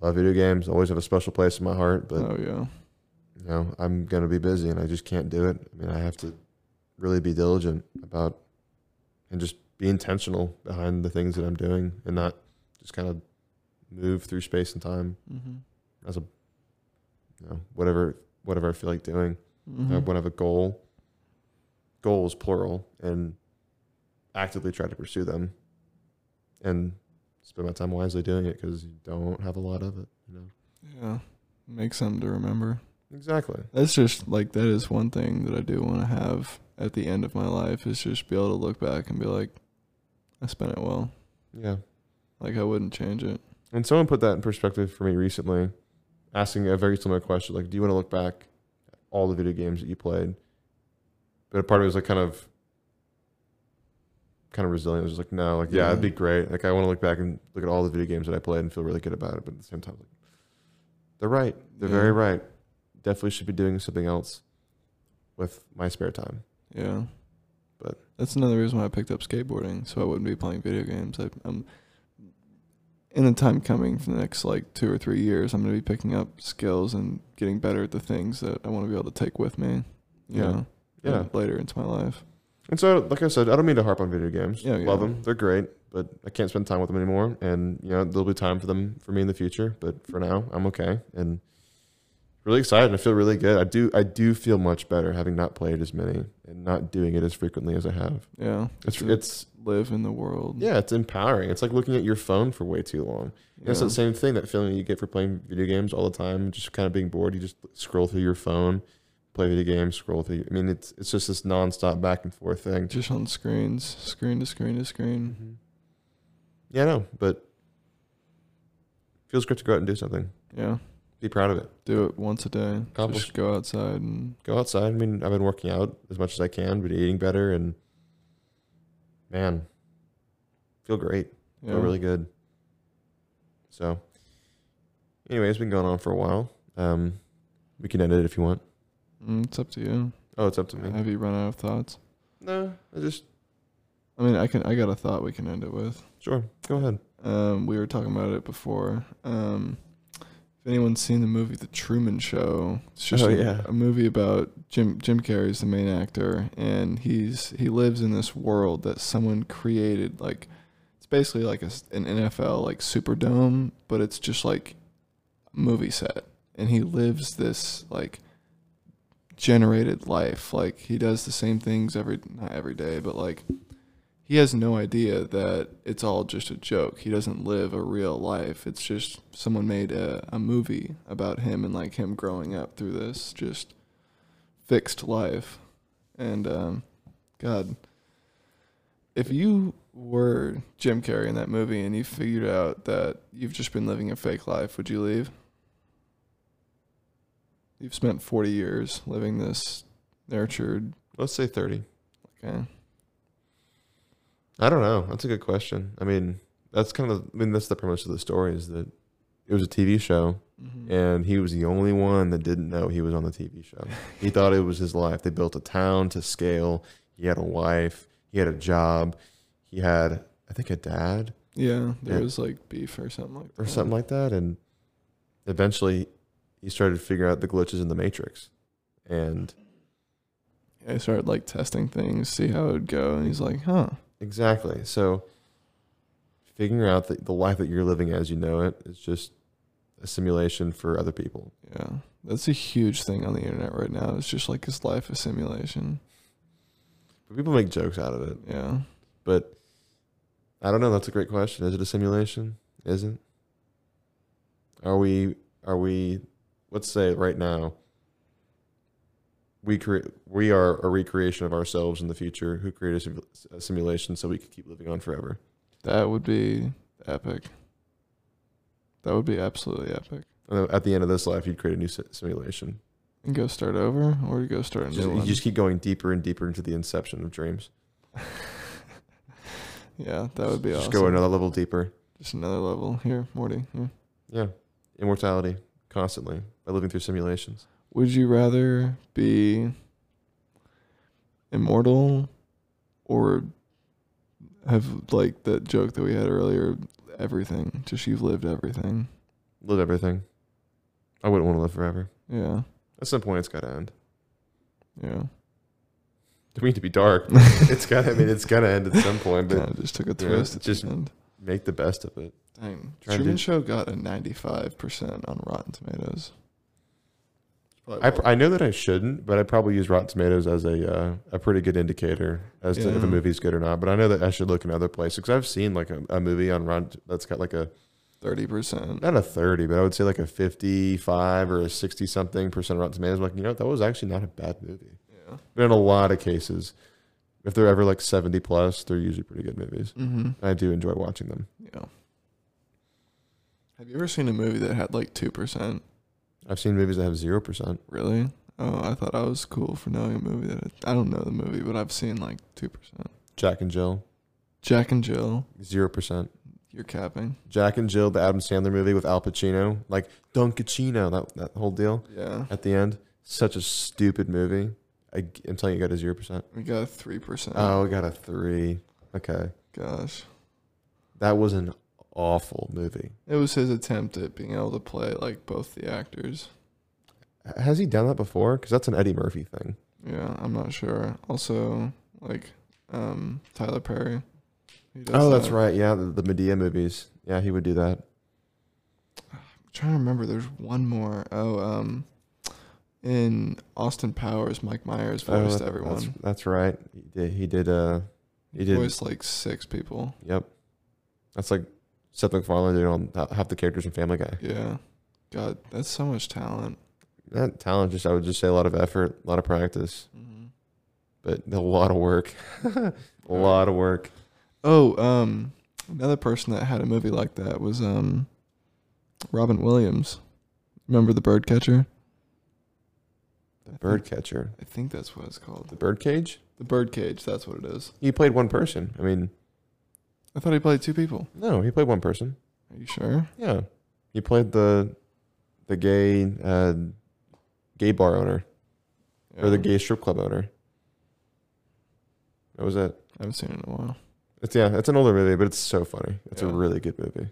S2: Love video games. Always have a special place in my heart. But
S1: oh yeah.
S2: you know, I'm gonna be busy and I just can't do it. I mean, I have to really be diligent about and just be intentional behind the things that I'm doing and not just kind of move through space and time
S1: Mm-hmm.
S2: as a you know, whatever whatever I feel like doing.
S1: Mm-hmm.
S2: I want to have a goal. Goals plural and actively try to pursue them and spend my time wisely doing it because you don't have a lot of it, you know.
S1: Yeah. Make something to remember.
S2: Exactly.
S1: That's just like that is one thing that I do want to have at the end of my life is just be able to look back and be like, I spent it well.
S2: Yeah.
S1: Like I wouldn't change it.
S2: And someone put that in perspective for me recently, asking a very similar question like, do you want to look back at all the video games that you played? But a part of it was like kind of kind of resilient. It was just like, no, like, yeah,
S1: Yeah.
S2: it'd be great. Like, I want to look back and look at all the video games that I played and feel really good about it. But at the same time, like, they're right. They're very
S1: Yeah.
S2: right. Definitely should be doing something else with my spare time.
S1: Yeah.
S2: But-
S1: that's another reason why I picked up skateboarding, so I wouldn't be playing video games. I, I'm in the time coming for the next like two or three years, I'm gonna be picking up skills and getting better at the things that I want to be able to take with me. You
S2: Yeah.
S1: know,
S2: Yeah.
S1: later into my life.
S2: And so, like I said, I don't mean to harp on video games.
S1: Yeah,
S2: love
S1: yeah.
S2: them; they're great, but I can't spend time with them anymore. And you know, there'll be time for them for me in the future. But for now, I'm okay and really excited. and I feel really good. I do. I do feel much better having not played as many and not doing it as frequently as I have.
S1: Yeah,
S2: It's
S1: To
S2: it's
S1: live in the world.
S2: yeah, it's empowering. It's like looking at your phone for way too long. And It's
S1: Yeah.
S2: that same thing that feeling you get for playing video games all the time, just kind of being bored. You just scroll through your phone, play video games, scroll through. I mean, it's it's just this nonstop back and forth thing.
S1: just on screens, screen to screen to screen.
S2: Yeah, I know, but feels great to go out and do something.
S1: Yeah,
S2: Be proud of it.
S1: do it once a day.
S2: Accomplish-
S1: Just go outside and
S2: Go outside. I mean, I've been working out as much as I can, been eating better, and man, feel great.
S1: yeah,
S2: Feel really good. So, anyway, it's been going on for a while. Um, we can end it if you want.
S1: Mm, it's up to you.
S2: Oh, it's up to me.
S1: Have you run out of thoughts?
S2: No, I just
S1: I mean, I can. I got a thought we can end it with.
S2: sure. Go ahead.
S1: Um, we were talking about it before. Um, if anyone's seen the movie The Truman Show, it's just
S2: Oh,
S1: a,
S2: yeah.
S1: a movie about Jim Jim Carrey's the main actor, and he's he lives in this world that someone created. Like it's basically like a s an NFL like Superdome, but it's just like a movie set, and he lives this like generated life. Like he does the same things every not every day, but like he has no idea that it's all just a joke. He doesn't live a real life. It's just someone made a, a movie about him and like him growing up through this just fixed life. And um, God, if you were Jim Carrey in that movie and you figured out that you've just been living a fake life, would you leave? You've spent 40 years living this nurtured, eh?
S2: Let's say 30.
S1: Okay.
S2: I don't know. That's a good question. I mean, that's kind of, I mean, that's the premise of the story is that it was a TV show
S1: Mhm.
S2: and he was the only one that didn't know he was on the TV show. He thought it was his life. They built a town to scale. He had a wife. He had a job. He had, I think, a dad
S1: Yeah, there
S2: Yeah.
S1: was like beef or something like
S2: or
S1: that.
S2: something like that. And eventually, he started to figure out the glitches in the matrix. And
S1: I started like testing things, see how it would go, and he's like, "Huh,
S2: exactly, so figuring out that the life that you're living as you know it is just a simulation for other people.
S1: yeah, that's a huge thing on the internet right now. It's just like his life a simulation."
S2: But people make jokes out of it.
S1: Yeah,
S2: But I don't know. That's a great question. Is it a simulation? Isn't? Are we? Are we? Let's say right now. We create. We are a recreation of ourselves in the future. Who created a, sim- a simulation so we could keep living on forever?
S1: that would be epic. That would be absolutely epic.
S2: And then at the end of this life, you'd create a new si- simulation.
S1: And go start over, or go start a
S2: Just-
S1: new
S2: you
S1: one.
S2: just keep going deeper and deeper into the inception of dreams.
S1: yeah, that would be
S2: just
S1: awesome.
S2: go another level deeper.
S1: Just another level here, Morty. Here.
S2: Yeah, immortality constantly by living through simulations.
S1: Would you rather be immortal or have like that joke that we had earlier? Everything, just you've lived everything.
S2: Live everything. I wouldn't want to live forever.
S1: Yeah,
S2: At some point, it's got to end.
S1: yeah.
S2: I mean, to be dark, it's got. to I mean, it's got to end at some point.
S1: Kind
S2: But
S1: of just took a
S2: yeah,
S1: twist. at the
S2: just-
S1: end.
S2: make the best of it.
S1: Dang.
S2: trying to
S1: Truman
S2: do-
S1: Show got a ninety-five percent on Rotten Tomatoes.
S2: I, pr- I know that I shouldn't, but I probably use Rotten Tomatoes as a uh, a pretty good indicator as to if
S1: Yeah.
S2: a movie's good or not. But I know that I should look in other places because I've seen like a, a movie on Rotten that's got like a
S1: Thirty percent.
S2: not a thirty, but I would say like a fifty-five or a sixty something percent Rotten Tomatoes. I'm like, you know, what? that was actually not a bad movie.
S1: Yeah.
S2: But in a lot of cases, if they're ever like seventy plus, they're usually pretty good movies.
S1: Mm-hmm.
S2: I do enjoy watching them.
S1: Yeah. Have you ever seen a movie that had like two percent?
S2: I've seen movies that have zero percent.
S1: Really? Oh, I thought I was cool for knowing a movie that I don't know the movie, but I've seen like two percent.
S2: Jack and Jill,
S1: Jack and Jill,
S2: zero percent.
S1: you're capping.
S2: Jack and Jill, the Adam Sandler movie with Al Pacino, like Dunkachino, that that whole deal
S1: Yeah,
S2: at the end. Such a stupid movie. I, am telling you, it got a zero percent.
S1: we got a three percent.
S2: Oh, it got a three. Okay,
S1: gosh,
S2: that was an awful movie.
S1: it was his attempt at being able to play like both the actors.
S2: H- Has he done that before? Because that's an Eddie Murphy thing.
S1: Yeah, I'm not sure. Also, like, um, Tyler Perry. He does
S2: oh, that's
S1: that.
S2: right. Yeah, the, the Medea movies. Yeah, he would do that.
S1: I'm trying to remember. There's one more. Oh, um, in Austin Powers, Mike Myers
S2: Oh,
S1: voiced
S2: that-
S1: everyone.
S2: That's, that's right. He did. He did. Uh, he did.
S1: voiced like six people.
S2: Yep. That's like Seth MacFarlane did on h- half the characters in Family Guy.
S1: Yeah. God, that's so much talent.
S2: Not talent, just I would just say a lot of effort, a lot of practice, but a lot of work. a lot of work.
S1: Oh, um, another person that had a movie like that was um, Robin Williams. Remember the bird catcher?
S2: The bird catcher.
S1: I think that's what it's called.
S2: The bird cage?
S1: The bird cage. That's what it is.
S2: He played one person. I mean,
S1: I thought he played two people.
S2: no, he played one person.
S1: Are you sure?
S2: Yeah. He played the the gay uh, gay bar owner or the
S1: Yeah.
S2: gay strip club owner. That was it.
S1: I haven't seen it in a while.
S2: It's yeah, it's an older movie, but it's so funny. It's a
S1: Yeah.
S2: really good movie.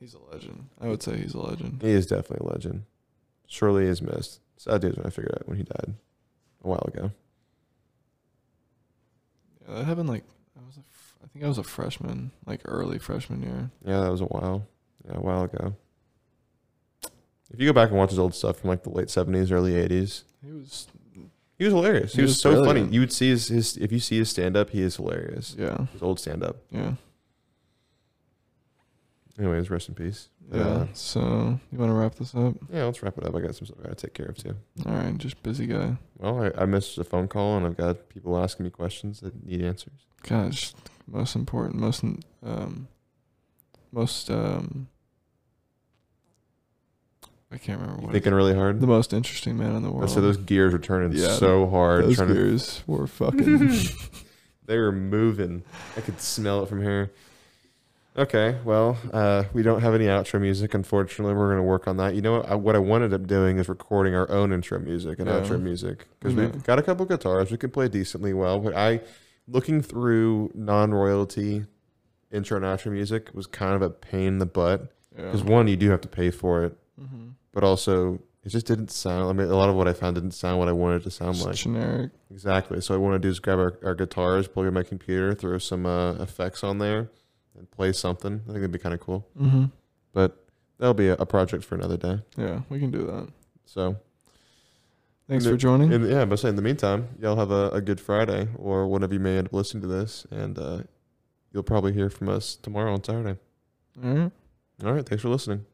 S1: He's a legend. I would say he's a legend.
S2: He is definitely a legend. Surely is missed. Sad days when I figured out when he died a while ago.
S1: Yeah, that happened like I was. A f- I think I was a freshman, like early freshman year.
S2: Yeah, that was a while. Yeah, a while ago. If you go back and watch his old stuff from like the late seventies, early eighties,
S1: He was.
S2: he was hilarious. He,
S1: He
S2: was,
S1: was
S2: so
S1: brilliant.
S2: funny. You would see his, his if you see his stand up, he is hilarious.
S1: Yeah.
S2: His old stand up.
S1: Yeah.
S2: Anyways, rest in peace. But,
S1: Yeah.
S2: uh,
S1: so you want to wrap this up?
S2: yeah, let's wrap it up. I got some stuff I gotta take care of too.
S1: All right, just busy guy.
S2: Well, I, I missed a phone call and I've got people asking me questions that need answers.
S1: Gosh, most important, most um, most um, I can't remember what.
S2: Thinking really hard.
S1: the most interesting man in the world.
S2: I said those gears were turning
S1: Yeah,
S2: so hard.
S1: Those
S2: trying to-
S1: beers were fucking.
S2: they were moving. I could smell it from here. Okay, well, uh, we don't have any outro music, unfortunately. We're going to work on that. You know what? I, what I wanted up doing is recording our own intro music and
S1: Yeah. Mm-hmm.
S2: outro music because
S1: Yeah.
S2: we've got a couple guitars. We can play decently well. But I, looking through non royalty intro and outro music was kind of a pain in the butt
S1: yeah.
S2: because one, you do have to pay for it,
S1: hmm
S2: but also it just didn't sound. I mean, a lot of what I found didn't sound what I wanted it to sound
S1: Just
S2: like.
S1: generic.
S2: Exactly. So what I want to do is grab our, our guitars, plug in my computer, throw some uh, effects on there, and play something. I think that'd be kind of cool.
S1: Mm-hmm.
S2: But that'll be a, a project for another day.
S1: Yeah, we can do that.
S2: So
S1: Thanks
S2: the-
S1: for joining.
S2: in, yeah, but say in the meantime, y'all have a, a good Friday or whenever you may end up listening to this, and uh, you'll probably hear from us tomorrow on Saturday.
S1: All right.
S2: All right. Thanks for listening.